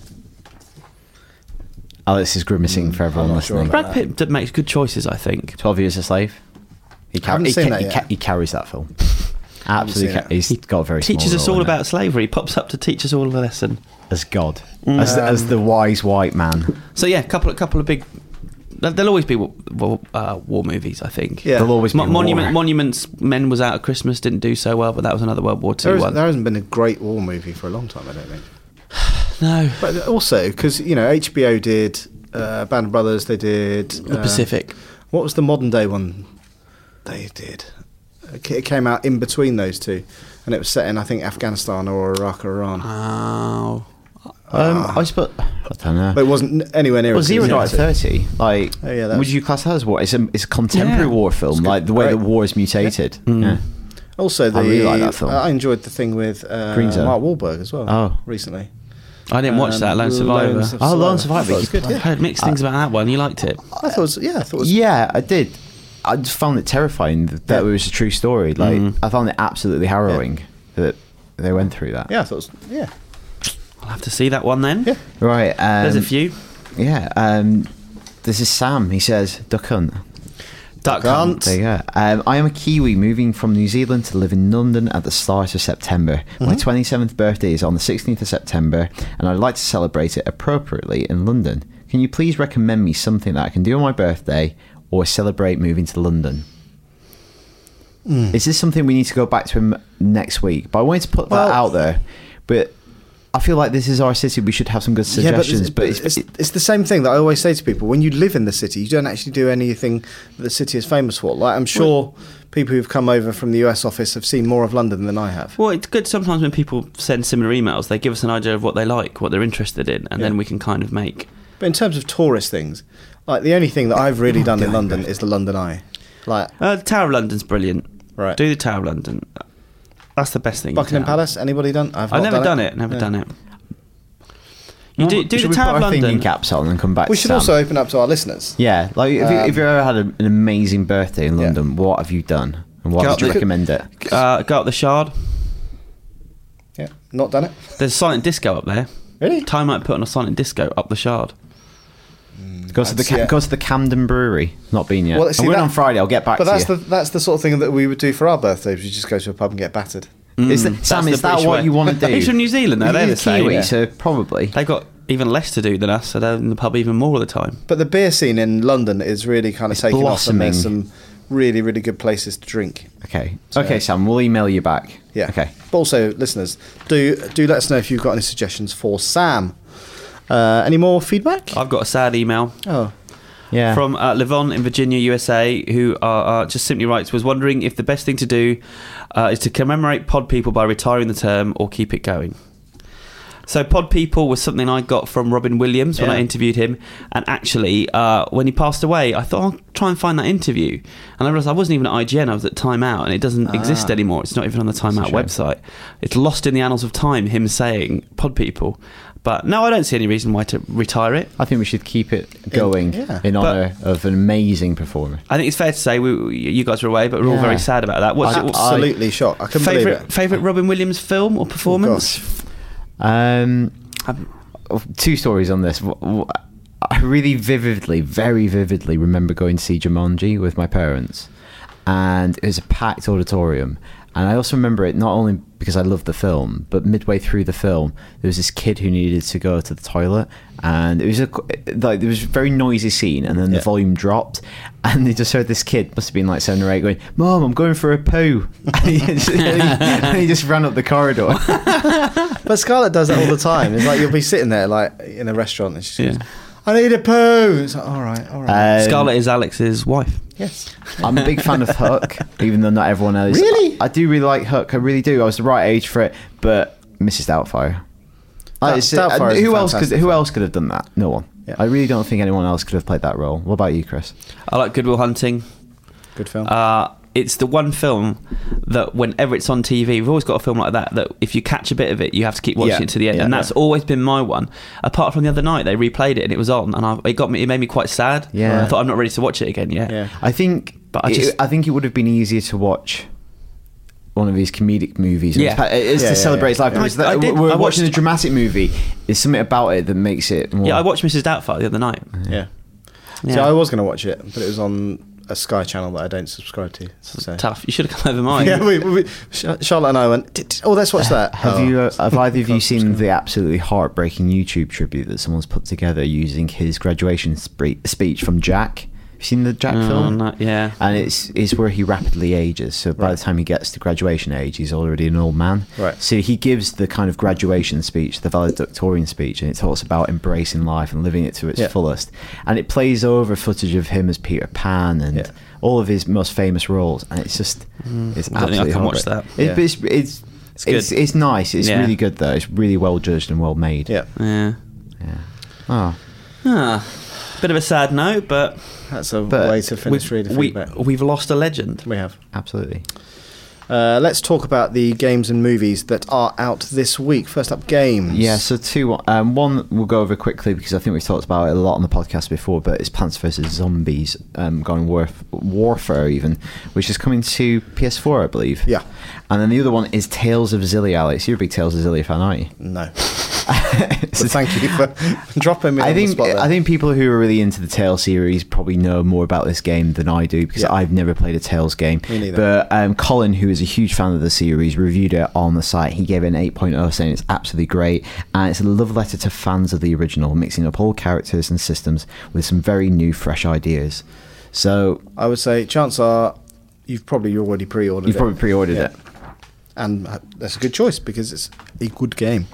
Speaker 2: Alex is grimacing for everyone
Speaker 1: I'm not sure
Speaker 2: listening.
Speaker 1: about
Speaker 3: Brad Pitt d- makes good choices, I think.
Speaker 2: Twelve Years a Slave. He,
Speaker 1: I haven't
Speaker 2: he,
Speaker 1: seen
Speaker 2: ca-
Speaker 1: that
Speaker 2: he,
Speaker 1: yet.
Speaker 2: ca- he carries that film.
Speaker 1: seen
Speaker 2: Absolutely, ca-
Speaker 1: it.
Speaker 2: he's got a very. small
Speaker 3: Teaches us
Speaker 2: role
Speaker 3: all
Speaker 2: in it.
Speaker 3: about slavery. He pops up to teach us all a lesson.
Speaker 2: as God,
Speaker 1: Mm.
Speaker 2: as, the, as the wise white man.
Speaker 3: So yeah, couple couple of big. there- There'll always be war, war, uh, war movies, I think.
Speaker 1: Yeah.
Speaker 2: There'll always be
Speaker 3: Mo- Monument,
Speaker 2: war.
Speaker 3: Monuments Men was out at Christmas, didn't do so well, but that was another World War
Speaker 1: There,
Speaker 3: II
Speaker 1: is,
Speaker 3: one.
Speaker 1: there hasn't been a great war movie for a long time, I don't think.
Speaker 3: no,
Speaker 1: But also because you know HBO did uh, Band of Brothers, they did
Speaker 3: the
Speaker 1: uh,
Speaker 3: Pacific.
Speaker 1: What was the modern day one they did? It ca- It came out in between those two, and it was set in I think Afghanistan or Iraq or Iran,
Speaker 3: Oh,
Speaker 2: Um,
Speaker 1: Ah.
Speaker 2: I suppose I don't know.
Speaker 1: but it wasn't n- anywhere near.
Speaker 2: well,
Speaker 1: as good
Speaker 2: Zero
Speaker 1: as
Speaker 2: Dark
Speaker 1: that.
Speaker 2: Thirty, like,
Speaker 1: Oh, yeah, that's-
Speaker 2: would you class that as war? It's a, it's a contemporary
Speaker 3: Yeah.
Speaker 2: war film,
Speaker 1: good.
Speaker 2: like the way
Speaker 1: Great. Mm.
Speaker 2: the war is mutated. Yeah.
Speaker 1: Also, the,
Speaker 2: I really like that film.
Speaker 1: I enjoyed the thing with uh,
Speaker 2: Green Zone.
Speaker 1: Mark Wahlberg as well.
Speaker 2: Oh.
Speaker 1: recently.
Speaker 3: I didn't watch
Speaker 1: Um,
Speaker 3: that. Lone Survivor.
Speaker 1: Lone Survivor.
Speaker 2: Oh, Lone
Speaker 1: Survivor. I
Speaker 2: Survivor.
Speaker 1: thought it was good,
Speaker 3: I heard mixed things about that one. You liked it?
Speaker 1: I thought it was, yeah, I thought it was
Speaker 2: Uh, Yeah, I did. I just found it terrifying that, that
Speaker 1: Yeah. Mm.
Speaker 2: it was a true story. Like, I found it absolutely harrowing that they went through that.
Speaker 1: yeah, I thought it was yeah.
Speaker 3: I'll have to see that one then.
Speaker 1: Yeah.
Speaker 2: Right. Um,
Speaker 3: There's a few.
Speaker 2: Yeah. Um, this is Sam. He says, "Duck hunt."
Speaker 3: Duck
Speaker 1: Hunt.
Speaker 3: Hunt.
Speaker 2: There you go. Um, I am a Kiwi moving from New Zealand to live in London at the start of September. My
Speaker 1: Mm-hmm.
Speaker 2: 27th birthday is on the 16th of September, and I'd like to celebrate it appropriately in London. Can you please recommend me something that I can do on my birthday or celebrate moving to London?
Speaker 1: Mm.
Speaker 2: Is this something we need to go back to him next week? But I wanted to put
Speaker 1: Well-
Speaker 2: that out there. But I feel like this is our city. We should have some good suggestions.
Speaker 1: Yeah, but, it's,
Speaker 2: but it's,
Speaker 1: it's, it's the same thing that I always say to people. When you live in the city, you don't actually do anything that the city is famous for. Like I'm sure people who've come over from the US office have seen more of London than I have.
Speaker 3: Well, it's good sometimes when people send similar emails. They give us an idea of what they like, what they're interested in, and then
Speaker 1: Yeah.
Speaker 3: we can kind of make.
Speaker 1: But in terms of tourist things, like the only thing that I've really done in London is the London Eye. Like
Speaker 3: Uh, the Tower of London's brilliant.
Speaker 1: Right.
Speaker 3: Do the Tower of London. That's the best thing. in
Speaker 1: Buckingham
Speaker 3: town.
Speaker 1: Palace, anybody done? I've
Speaker 3: I've
Speaker 1: not
Speaker 3: never done it. Never
Speaker 1: Yeah.
Speaker 3: done it. You do, do
Speaker 2: should
Speaker 3: the
Speaker 2: we put
Speaker 3: Tower of
Speaker 2: our thinking
Speaker 3: London.
Speaker 2: caps on and come back.
Speaker 1: We
Speaker 2: to
Speaker 1: should
Speaker 2: Sam?
Speaker 1: also open up to our listeners.
Speaker 2: Yeah, like if, you, if you ever had a, an amazing birthday in
Speaker 1: Yeah.
Speaker 2: London, what have you done, and why
Speaker 3: Go
Speaker 2: would
Speaker 3: up
Speaker 2: you
Speaker 3: the-
Speaker 2: recommend it?
Speaker 3: Uh, go up the Shard.
Speaker 1: Yeah, not done it.
Speaker 3: There's silent disco up there.
Speaker 1: Really?
Speaker 3: Time might put on a silent disco up the Shard.
Speaker 2: Go to the
Speaker 1: That's- yeah.
Speaker 2: Ca- go to the Camden Brewery. Not been yet.
Speaker 1: Well,
Speaker 2: Well,
Speaker 1: see,
Speaker 2: I'm going
Speaker 1: that-
Speaker 2: on Friday. I'll get back
Speaker 1: But
Speaker 2: to
Speaker 1: that's
Speaker 2: you.
Speaker 1: the that's the sort of thing that we would do for our birthdays. We just go to a pub and get battered.
Speaker 2: is that- Mm. Sam,
Speaker 3: That's
Speaker 2: is
Speaker 3: the
Speaker 2: that
Speaker 3: British
Speaker 2: what
Speaker 3: way.
Speaker 2: you want to do?
Speaker 3: He's from New Zealand, though.
Speaker 2: He's
Speaker 3: They're
Speaker 2: a
Speaker 3: the same.
Speaker 2: Kiwi,
Speaker 3: Yeah.
Speaker 2: so probably.
Speaker 3: They've got even less to do than us, so they're in the pub even more all the time.
Speaker 1: But the beer scene in London is really kind of taking
Speaker 2: blossoming.
Speaker 1: off, and there's some really, really good places to drink.
Speaker 2: Okay, okay, Sam. We'll email you back.
Speaker 1: Yeah.
Speaker 2: Okay.
Speaker 1: But also, listeners, do do let us know if you've got any suggestions for Sam. Uh, any more feedback?
Speaker 3: I've got a sad email
Speaker 1: Oh,
Speaker 2: Yeah.
Speaker 3: from uh, Levon in Virginia, USA, who uh, uh, just simply writes, was wondering if the best thing to do uh, is to commemorate pod people by retiring the term or keep it going. So pod people was something I got from Robin Williams when
Speaker 1: Yeah.
Speaker 3: I interviewed him, and actually uh, when he passed away, I thought I'll try and find that interview, and I realised I wasn't even at IGN, I was at Time Out, and it doesn't exist anymore. It's not even on the Time Out website. It's lost in the annals of time. Him saying pod people, but no, I don't see any reason why to retire it.
Speaker 2: I think we should keep it going in,
Speaker 1: yeah.
Speaker 2: honor of an amazing performer.
Speaker 3: I think it's fair to say we, we- you guys were away, but we're all
Speaker 2: Yeah.
Speaker 3: very sad about that. What's your
Speaker 1: absolutely shocked. I couldn't believe
Speaker 3: favorite
Speaker 1: it. Oh,
Speaker 3: favorite Robin Williams film or performance?
Speaker 2: Um,
Speaker 3: Um,
Speaker 2: two stories on this. W- w- I really vividly, very vividly remember going to see Jumanji with my parents, and it was a packed auditorium. And I also remember it not only because I loved the film, but midway through the film, there was this kid who needed to go to the toilet, and it was a like there was a very noisy scene, and then the
Speaker 1: Yeah.
Speaker 2: volume dropped, and they just heard this kid must have been like seven or eight going, "Mom, I'm going for a poo," and he just, and he just ran up the corridor.
Speaker 1: But Scarlett does that all the time. It's like you'll be sitting there, like in a restaurant, and she goes,
Speaker 3: Yeah. Uh,
Speaker 1: "I need a poo." It's like, all right, all right.
Speaker 2: Um,
Speaker 3: Scarlett is Alex's wife.
Speaker 1: yes.
Speaker 2: I'm a big fan of Hook, even though not everyone knows.
Speaker 1: Really?
Speaker 2: I, I do really like Hook. I really do. I was the right age for it, but Mrs. Doubtfire. Uh,
Speaker 1: Dou-
Speaker 2: it's- uh,
Speaker 1: Doubtfire is a
Speaker 2: who else? Could,
Speaker 1: fantastic
Speaker 2: who
Speaker 1: film.
Speaker 2: else could have done that? No one.
Speaker 1: Yeah.
Speaker 2: I really don't think anyone else could have played that role. What about you, Chris?
Speaker 3: I like Goodwill Hunting.
Speaker 1: Good film.
Speaker 3: Uh, it's the one film that whenever it's on TV, we've always got a film like that. That if you catch a bit of it, you have to keep watching
Speaker 2: Yeah,
Speaker 3: it to the end,
Speaker 2: yeah,
Speaker 3: and that's
Speaker 2: yeah.
Speaker 3: always been my one. Apart from the other night, they replayed it and it was on, and I, it got me. It made me quite sad.
Speaker 2: Yeah.
Speaker 3: I thought I'm not ready to watch it again yet.
Speaker 1: Yeah.
Speaker 2: I think.
Speaker 3: But I just-
Speaker 2: it, I think it would have been easier to watch one of these comedic movies.
Speaker 3: Yeah.
Speaker 2: It's- it's
Speaker 1: Yeah,
Speaker 2: to
Speaker 1: yeah,
Speaker 2: celebrate his
Speaker 1: yeah.
Speaker 2: life.
Speaker 3: I-
Speaker 2: because that-
Speaker 3: I did-
Speaker 2: we're
Speaker 3: I
Speaker 2: watching a
Speaker 3: watched-
Speaker 2: dramatic movie. There's something about it that makes it. More,
Speaker 3: Yeah, I watched Mrs. Doubtfire the other night.
Speaker 1: yeah.
Speaker 3: Yeah.
Speaker 1: So I was going to watch it, but it was on a Sky channel that I don't subscribe to. So.
Speaker 3: Tough. You should have come over mine.
Speaker 1: Yeah, we, we, Sh- Charlotte and I went. "Did- did- Oh, let's watch that.
Speaker 2: Have
Speaker 1: Oh.
Speaker 2: you? Uh, have either of you
Speaker 1: Can't
Speaker 2: seen
Speaker 1: subscribe.
Speaker 2: the absolutely heartbreaking YouTube tribute that someone's put together using his graduation spre- speech from Jack? Have you seen the Jack
Speaker 3: Oh,
Speaker 2: film?
Speaker 3: no, yeah.
Speaker 2: And it's it's where he rapidly ages. So by the time he gets to graduation age, he's already an old man.
Speaker 1: Right.
Speaker 2: So he gives the kind of graduation speech, the valedictorian speech, and it talks about embracing life and living it to its
Speaker 1: Yeah.
Speaker 2: fullest. And it plays over footage of him as Peter Pan and
Speaker 1: Yeah.
Speaker 2: all of his most famous roles, and it's just it's
Speaker 3: Mm. I don't think I
Speaker 2: absolutely
Speaker 3: can watch
Speaker 2: heartbreaking.
Speaker 3: that.
Speaker 2: It-
Speaker 1: Yeah.
Speaker 2: but it's it's it's,
Speaker 3: good.
Speaker 2: it's, nice. It's
Speaker 3: Yeah.
Speaker 2: really good though. It's really well judged and well made.
Speaker 1: Yeah,
Speaker 3: Yeah.
Speaker 2: Yeah. Oh.
Speaker 3: Ah, bit of a sad note, but
Speaker 1: that's a
Speaker 2: But
Speaker 1: way to finish
Speaker 3: we've,
Speaker 1: reading
Speaker 3: we,
Speaker 1: feedback. We,
Speaker 3: we've lost a legend.
Speaker 1: have.
Speaker 2: Absolutely.
Speaker 1: Uh, let's talk about the games and movies that are out this week. First up, games.
Speaker 2: Yeah, so two. Um, one we'll go over quickly because I think we've talked about it a lot on the podcast before, but it's Plants vs. Zombies um, Gone Warf- Warfare, even, which is coming to PS4, I believe.
Speaker 1: Yeah.
Speaker 2: And then the other one is Tales of Zillia, Alex. You're a big Tales of Zillia fan, aren't you?
Speaker 1: No. But thank you for dropping me.
Speaker 2: I
Speaker 1: on the
Speaker 2: think
Speaker 1: spot there.
Speaker 2: I think people who are really into the Tales series probably know more about this game than I do because
Speaker 1: Yeah.
Speaker 2: I've never played a Tales game.
Speaker 1: Me neither.
Speaker 2: But um, Colin, who is a huge fan of the series, reviewed it on the site. He gave it an 8.0, saying it's absolutely great and it's a love letter to fans of the original, mixing up all characters and systems with some very new, fresh ideas. So
Speaker 1: I would say chances are you've probably already pre-ordered.
Speaker 2: you've
Speaker 1: it.
Speaker 2: probably pre-ordered
Speaker 1: Yeah.
Speaker 2: it.
Speaker 1: and uh, that's a good choice because it's a good game.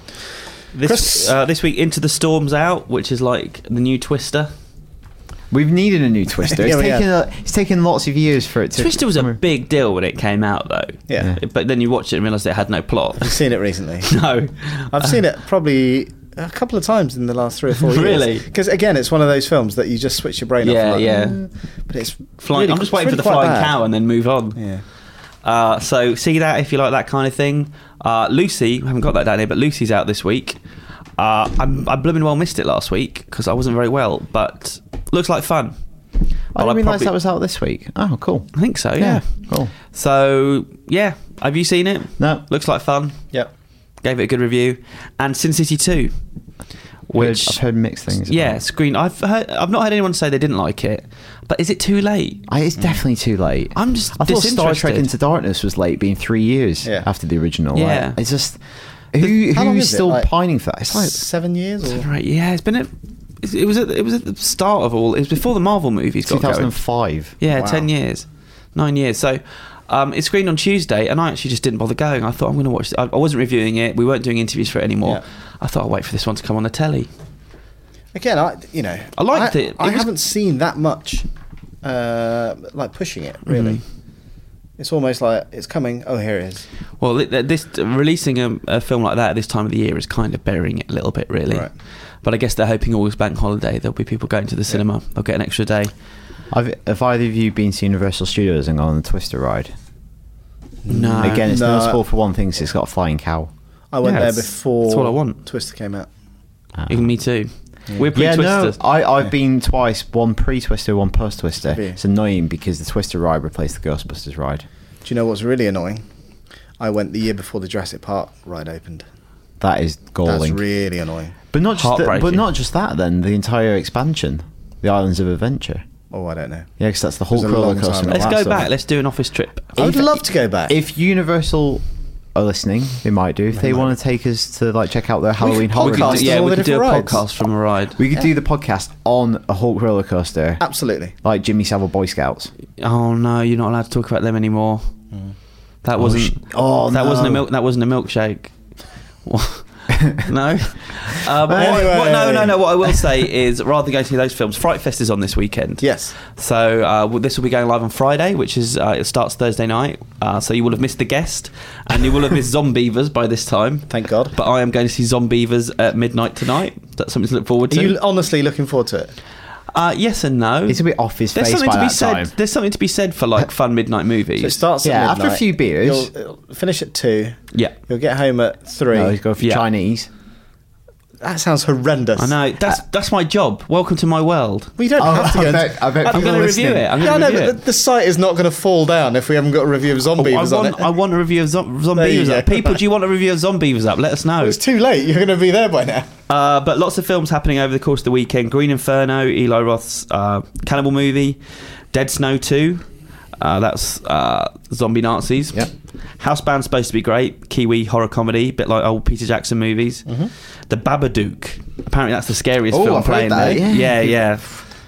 Speaker 1: Chris?
Speaker 3: This uh, this week, Into the Storms out, which is like the new Twister.
Speaker 2: We've needed a new Twister.
Speaker 1: Yeah,
Speaker 2: It's
Speaker 1: we
Speaker 2: taken
Speaker 1: have.
Speaker 2: a, it's taken lots of years for it to.
Speaker 3: Twister was a big deal when it came out, though.
Speaker 1: Yeah.
Speaker 2: Yeah.
Speaker 3: But then you watch it and realise it had no plot.
Speaker 1: I've seen it recently.
Speaker 3: no.
Speaker 1: I've seen it probably a couple of times in the last three or four years.
Speaker 3: Really?
Speaker 1: Because again, it's one of those films that you just switch your brain
Speaker 3: Yeah,
Speaker 1: off. and
Speaker 3: yeah.
Speaker 1: "Mm." But it's
Speaker 3: Flying,
Speaker 1: really-
Speaker 3: I'm just waiting
Speaker 1: it's
Speaker 3: for the
Speaker 1: really
Speaker 3: flying
Speaker 1: quite bad.
Speaker 3: cow and then move on.
Speaker 1: Yeah.
Speaker 3: Uh, so see that if you like that kind of thing. Uh, Lucy, we haven't got that down here, but Lucy's out this week. Uh, I'm, I blooming well missed it last week because I wasn't very well, but looks like
Speaker 2: I
Speaker 3: fun. Well,
Speaker 2: didn't realise
Speaker 3: probably-
Speaker 2: that was out this week. Oh, cool.
Speaker 3: I think so. Yeah.
Speaker 2: Cool.
Speaker 3: So yeah, have you seen it?
Speaker 2: No.
Speaker 3: Looks like fun.
Speaker 1: Yep.
Speaker 3: Gave it a good review. And Sin City Two, which
Speaker 2: I've heard mixed things. about
Speaker 3: yeah,
Speaker 2: it.
Speaker 3: screen. I've heard, I've not heard anyone say they didn't like it, but is it too late?
Speaker 2: I, it's definitely too late.
Speaker 3: Mm. I'm just
Speaker 2: I thought Star Trek
Speaker 3: disinterested.
Speaker 2: Into Darkness was late, being three years
Speaker 1: Yeah.
Speaker 2: after the original.
Speaker 3: Yeah.
Speaker 2: Like, it's just who
Speaker 1: How long
Speaker 2: who's
Speaker 1: is it?
Speaker 2: still
Speaker 1: Like-
Speaker 2: pining for that? It's like
Speaker 1: Seven years or
Speaker 3: Right? Yeah, it's been a. It was at, it was at the start of all. It was before the Marvel movies got going.
Speaker 2: 2005.
Speaker 3: Yeah,
Speaker 1: Wow.
Speaker 3: ten years, nine years. So um, it screened on Tuesday, and I actually just didn't bother going. I thought I'm going to watch. This. I, I wasn't reviewing it. We weren't doing interviews for it anymore.
Speaker 1: Yeah.
Speaker 3: I thought I'll wait for this one to come on the telly.
Speaker 1: again, I you know
Speaker 3: I liked it. It
Speaker 1: I
Speaker 3: was-
Speaker 1: haven't seen that much, uh, like pushing it really.
Speaker 3: Mm-hmm.
Speaker 1: It's almost like it's coming. Oh, here it is.
Speaker 3: Well, th- th- this releasing a, a film like that at this time of the year is kind of burying it a little bit, really.
Speaker 1: Right.
Speaker 3: But I guess they're hoping August bank holiday there'll be people going to the cinema. They'll get an extra day.
Speaker 2: I've, have either of you been to Universal Studios and gone on the Twister ride?
Speaker 3: No,
Speaker 2: Mm, Again, it's
Speaker 1: No.
Speaker 2: no spoil for one thing. 'cause it's got a flying cow.
Speaker 1: I went
Speaker 3: Yeah,
Speaker 1: there
Speaker 3: that's-
Speaker 1: before.
Speaker 3: that's what I want.
Speaker 1: Twister came out.
Speaker 2: Uh,
Speaker 3: Even me too. We're pretty
Speaker 2: yeah,
Speaker 3: twisted.
Speaker 2: no, Oh, I, I've been twice. One pre-Twister, one post-Twister.
Speaker 1: Have you?
Speaker 2: It's annoying because the Twister ride replaced the Ghostbusters ride.
Speaker 1: Do you know what's really annoying? I went the year before the Jurassic Park ride opened.
Speaker 2: That is galling.
Speaker 1: That's really annoying.
Speaker 2: But not just th- but
Speaker 3: Heartbreaking.
Speaker 2: not just that. Then the entire expansion, the Islands of Adventure.
Speaker 1: Oh, I don't know.
Speaker 2: Yeah, because that's the
Speaker 1: was
Speaker 2: whole
Speaker 1: a
Speaker 2: roller
Speaker 1: long time ago.
Speaker 2: coaster. and all
Speaker 3: Let's
Speaker 2: that
Speaker 3: go
Speaker 2: stuff.
Speaker 3: back. Let's do an office trip.
Speaker 1: I would
Speaker 2: If-
Speaker 1: love to go back.
Speaker 2: If Universal are listening, they might do. If they,
Speaker 1: might.
Speaker 2: want to take us to like check out their Halloween
Speaker 1: could
Speaker 2: horror,
Speaker 1: podcast
Speaker 2: nights,
Speaker 1: Podcast
Speaker 3: yeah,
Speaker 1: all
Speaker 3: we
Speaker 1: the
Speaker 3: could do a
Speaker 1: different rides.
Speaker 3: podcast from a ride.
Speaker 2: we could do the podcast on a Hulk roller coaster,
Speaker 1: Absolutely.
Speaker 2: like Jimmy Savile Boy Scouts.
Speaker 3: Oh no, you're not allowed to talk about them anymore.
Speaker 1: Mm.
Speaker 3: That wasn't.
Speaker 2: sh- oh,
Speaker 3: that wasn't a
Speaker 2: no.
Speaker 3: milk. That wasn't a milkshake. What? no. Um,
Speaker 1: Anyway.
Speaker 3: what- what- no, no, no. What I will say is, rather than going to see those films, Fright Fest is on this weekend.
Speaker 1: Yes.
Speaker 3: So uh, well, this will be going live on Friday, which is uh, it starts Thursday night. Uh, so you will have missed the guest, and you will have missed Zombievers by this time.
Speaker 1: Thank God.
Speaker 3: But I am going to see Zombievers at midnight tonight. That's something to look forward
Speaker 1: Are
Speaker 3: to.
Speaker 1: you honestly looking forward to it?
Speaker 3: uh, yes and no.
Speaker 2: It's a bit off his
Speaker 3: There's
Speaker 2: face
Speaker 3: something
Speaker 2: by
Speaker 3: to be
Speaker 2: that
Speaker 3: said.
Speaker 2: time.
Speaker 3: There's something to be said for like fun midnight movies.
Speaker 1: So it starts at
Speaker 2: Yeah,
Speaker 1: midnight.
Speaker 2: after a few beers.
Speaker 1: You'll, it'll finish at two.
Speaker 3: yeah.
Speaker 1: You'll get home at three.
Speaker 2: No, he's going for
Speaker 3: Yeah.
Speaker 2: Chinese.
Speaker 1: that sounds horrendous.
Speaker 3: I know. That's that's my job. Welcome to my world.
Speaker 1: We don't have to
Speaker 2: I
Speaker 1: go.
Speaker 2: bet- I bet
Speaker 3: I'm
Speaker 2: people
Speaker 3: going to review
Speaker 2: listening-
Speaker 3: it. I'm
Speaker 1: yeah, I
Speaker 3: going to
Speaker 1: know,
Speaker 3: review
Speaker 1: but the,
Speaker 3: it.
Speaker 1: the site is not going to fall down if we haven't got a review of
Speaker 3: Oh, I
Speaker 1: Zombievers on
Speaker 3: want,
Speaker 1: it.
Speaker 3: I want a review of Zom-
Speaker 1: There
Speaker 3: Zombievers
Speaker 1: you
Speaker 3: up.
Speaker 1: go.
Speaker 3: People, do you want a review of Zombievers up? Let us know.
Speaker 1: it's too late. You're going to be there by now.
Speaker 3: Uh, but lots of films happening over the course of the weekend. Green Inferno, Eli Roth's uh, Cannibal movie, Dead Snow 2. Uh, that's uh, zombie Nazis.
Speaker 2: Yep.
Speaker 3: Housebound's supposed to be great. Kiwi horror comedy, bit like old Peter Jackson movies. The Babadook. Apparently, that's the scariest
Speaker 2: Mm-hmm. Oh,
Speaker 3: film
Speaker 2: I've heard
Speaker 3: playing
Speaker 2: that,
Speaker 3: there.
Speaker 2: yeah.
Speaker 3: yeah.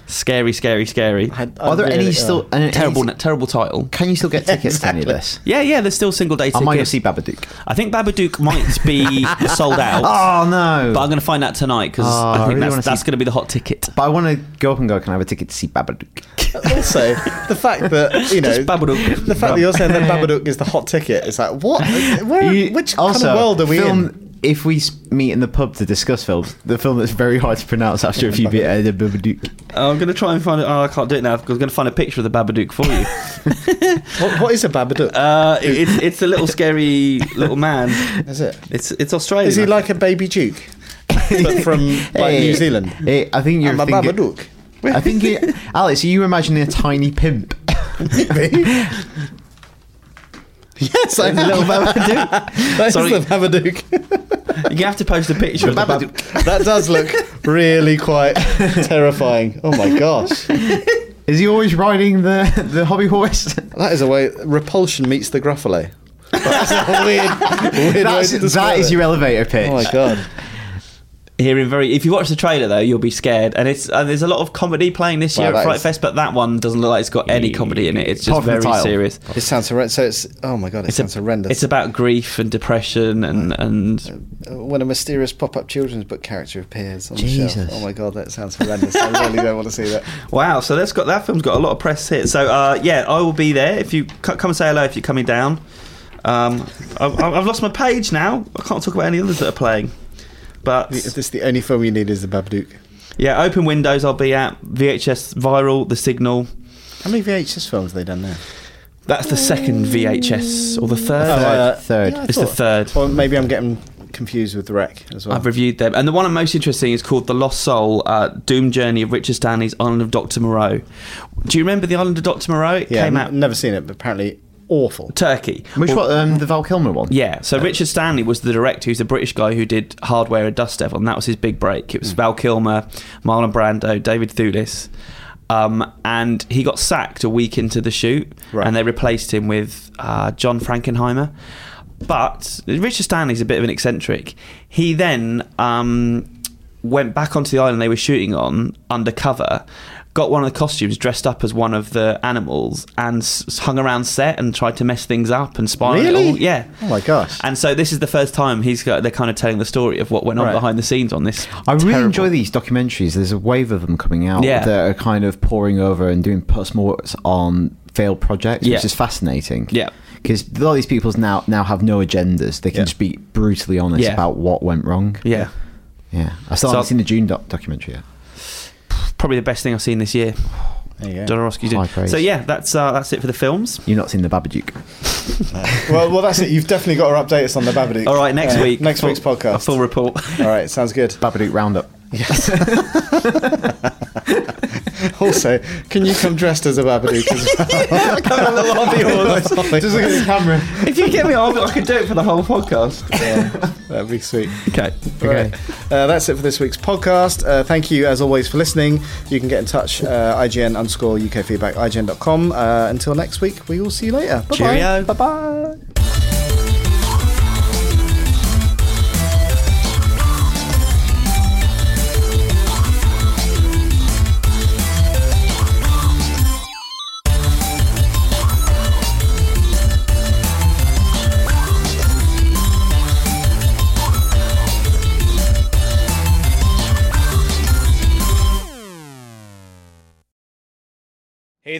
Speaker 3: Scary, scary, scary.
Speaker 2: Are there any still
Speaker 1: uh,
Speaker 2: and- and
Speaker 3: terrible, terrible title.
Speaker 2: Can you still get tickets to any
Speaker 1: Exactly.
Speaker 2: of this?
Speaker 3: Yeah, yeah. There's still single day
Speaker 2: I might go
Speaker 3: tickets.
Speaker 2: see Babadook.
Speaker 3: I think Babadook might be sold out.
Speaker 2: Oh no!
Speaker 3: But I'm going to find out tonight because
Speaker 2: Oh, I
Speaker 3: I think
Speaker 2: really wanna
Speaker 3: that's,
Speaker 2: see-
Speaker 3: that's going to be the hot ticket.
Speaker 2: But I want to go up and go. Can I have a ticket to see Babadook?
Speaker 1: also, the fact that you know,
Speaker 3: Just Babadook.
Speaker 1: the fact that you're saying that Babadook is the hot ticket is like what? Where?
Speaker 2: You-
Speaker 1: which kind
Speaker 2: also,
Speaker 1: of world are we
Speaker 2: film,
Speaker 1: in?
Speaker 2: If we s- meet in the pub to discuss films, the film that's very hard to pronounce after a few bit uh, the Babadook.
Speaker 3: I'm going to try and find it. Oh, I can't do it now. I'm going to find a picture of the Babadook for you.
Speaker 1: What, what is a Babadook?
Speaker 3: uh, it, it's, it's a little scary little man.
Speaker 1: is it?
Speaker 3: It's it's Australian.
Speaker 1: Is he like a baby Duke, but from like
Speaker 2: Hey,
Speaker 1: New Zealand?
Speaker 2: hey, I think you're
Speaker 1: I'm a
Speaker 2: thinking.
Speaker 1: Babadook.
Speaker 2: I think, it, Alex, are you imagining a tiny pimp?
Speaker 1: yes, I know.
Speaker 3: little Babadook.
Speaker 1: That's
Speaker 3: Sorry.
Speaker 1: the Babadook.
Speaker 3: You have to post a picture of the Babadook.
Speaker 1: that does look really quite terrifying. Oh my gosh,
Speaker 2: Is he always riding the the hobby horse?
Speaker 1: that is a way. Repulsion meets the Gruffalo. That's a weird, weird
Speaker 2: That's,
Speaker 1: way to
Speaker 2: that
Speaker 1: describe
Speaker 2: is
Speaker 1: it.
Speaker 2: your elevator pitch.
Speaker 1: Oh my god.
Speaker 3: Hearing very. If you watch the trailer though, you'll be scared. And it's and there's a lot of comedy playing this
Speaker 1: Wow,
Speaker 3: year
Speaker 1: that
Speaker 3: at Fright
Speaker 1: is-
Speaker 3: Fest, but that one doesn't look like it's got any comedy in it. It's just
Speaker 2: Apart from the
Speaker 3: very
Speaker 2: title.
Speaker 3: serious.
Speaker 1: It sounds horrendous. So it's oh my god, it sounds horrendous.
Speaker 3: It's about grief and depression and and
Speaker 1: Uh, when a mysterious pop-up children's book character appears on the
Speaker 2: Jesus.
Speaker 1: shelf. Oh my god, that sounds horrendous. I really don't want to see that.
Speaker 3: wow. So that's got that film's got a lot of press hits. So uh, yeah, I will be there. If you c- come and say hello, if you're coming down. Um, I've, I've I've lost my page now. I can't talk about any others that are playing. But
Speaker 1: Is this the only film you need is the Babadook?
Speaker 3: yeah, Open Windows I'll be at VHS Viral, The Signal.
Speaker 1: How many VHS films have they done now?
Speaker 3: That's the second VHS or the third.
Speaker 1: Uh,
Speaker 2: Third.
Speaker 1: I
Speaker 3: It's the
Speaker 1: thought-
Speaker 3: third.
Speaker 1: Or maybe I'm getting confused with Wreck as well.
Speaker 3: I've reviewed them, and the one I'm most interested in is called "The Lost Soul: uh, Doom Journey of Richard Stanley's Island of Doctor Moreau." Do you remember the Island of Doctor Moreau? It
Speaker 1: yeah,
Speaker 3: came
Speaker 1: n-
Speaker 3: out
Speaker 1: never seen it, but apparently awful.
Speaker 3: Turkey.
Speaker 2: Which one? Um, the Val Kilmer one.
Speaker 3: Yeah, so Richard Stanley was the director, who's a British guy who did Hardware and Dust Devil, and that was his big break. It was Val Kilmer, Marlon Brando, David Thewlis. Um, and he got sacked a week into the shoot,
Speaker 1: Right.
Speaker 3: and they replaced him with uh, John Frankenheimer. But Richard Stanley's a bit of an eccentric. He then um, went back onto the island they were shooting on undercover, got one of the costumes dressed up as one of the animals, and s- hung around set and tried to mess things up and spy on it
Speaker 1: Really?
Speaker 3: all. Yeah.
Speaker 1: Oh my gosh.
Speaker 3: And so this is the first time he's got. They're kind of telling the story of what went on
Speaker 1: Right.
Speaker 3: behind the scenes on this.
Speaker 2: I really
Speaker 3: terrible-
Speaker 2: enjoy these documentaries. There's a wave of them coming out
Speaker 3: Yeah.
Speaker 2: that are kind of pouring over and doing postmortems on failed projects,
Speaker 3: Yeah.
Speaker 2: which is fascinating.
Speaker 3: Yeah.
Speaker 2: because a lot of these people now now have no agendas. They can
Speaker 1: Yeah.
Speaker 2: just be brutally honest
Speaker 3: Yeah.
Speaker 2: about what went wrong.
Speaker 3: Yeah,
Speaker 2: yeah. I still
Speaker 3: So-
Speaker 2: haven't seen the June doc- documentary yet.
Speaker 3: probably the best thing I've seen this year.
Speaker 1: There you go.
Speaker 3: Jodorowsky's
Speaker 2: High
Speaker 3: doing.
Speaker 2: praise.
Speaker 3: So yeah, that's uh, that's it for the films.
Speaker 2: You've not seen the Babadook.
Speaker 1: well, well, that's it. You've definitely got to update us on the Babadook.
Speaker 3: All right, next
Speaker 1: Uh,
Speaker 3: week.
Speaker 1: Next
Speaker 3: full-
Speaker 1: week's podcast.
Speaker 3: A full report.
Speaker 1: All right, sounds good.
Speaker 2: Babadook roundup.
Speaker 1: also, can you come dressed as a Babadook as well? Just look at the camera.
Speaker 3: if you get me, I'll, I could do it for the whole podcast.
Speaker 1: That'd be sweet.
Speaker 3: Okay.
Speaker 1: Okay. Uh, that's it for this week's podcast. Uh, thank you, as always, for listening. You can get in touch, uh, IGN underscore UK feedback, IGN.com. Uh, until next week, we will see you later. Bye-bye.
Speaker 3: Cheerio.
Speaker 1: Bye-bye.
Speaker 4: Hey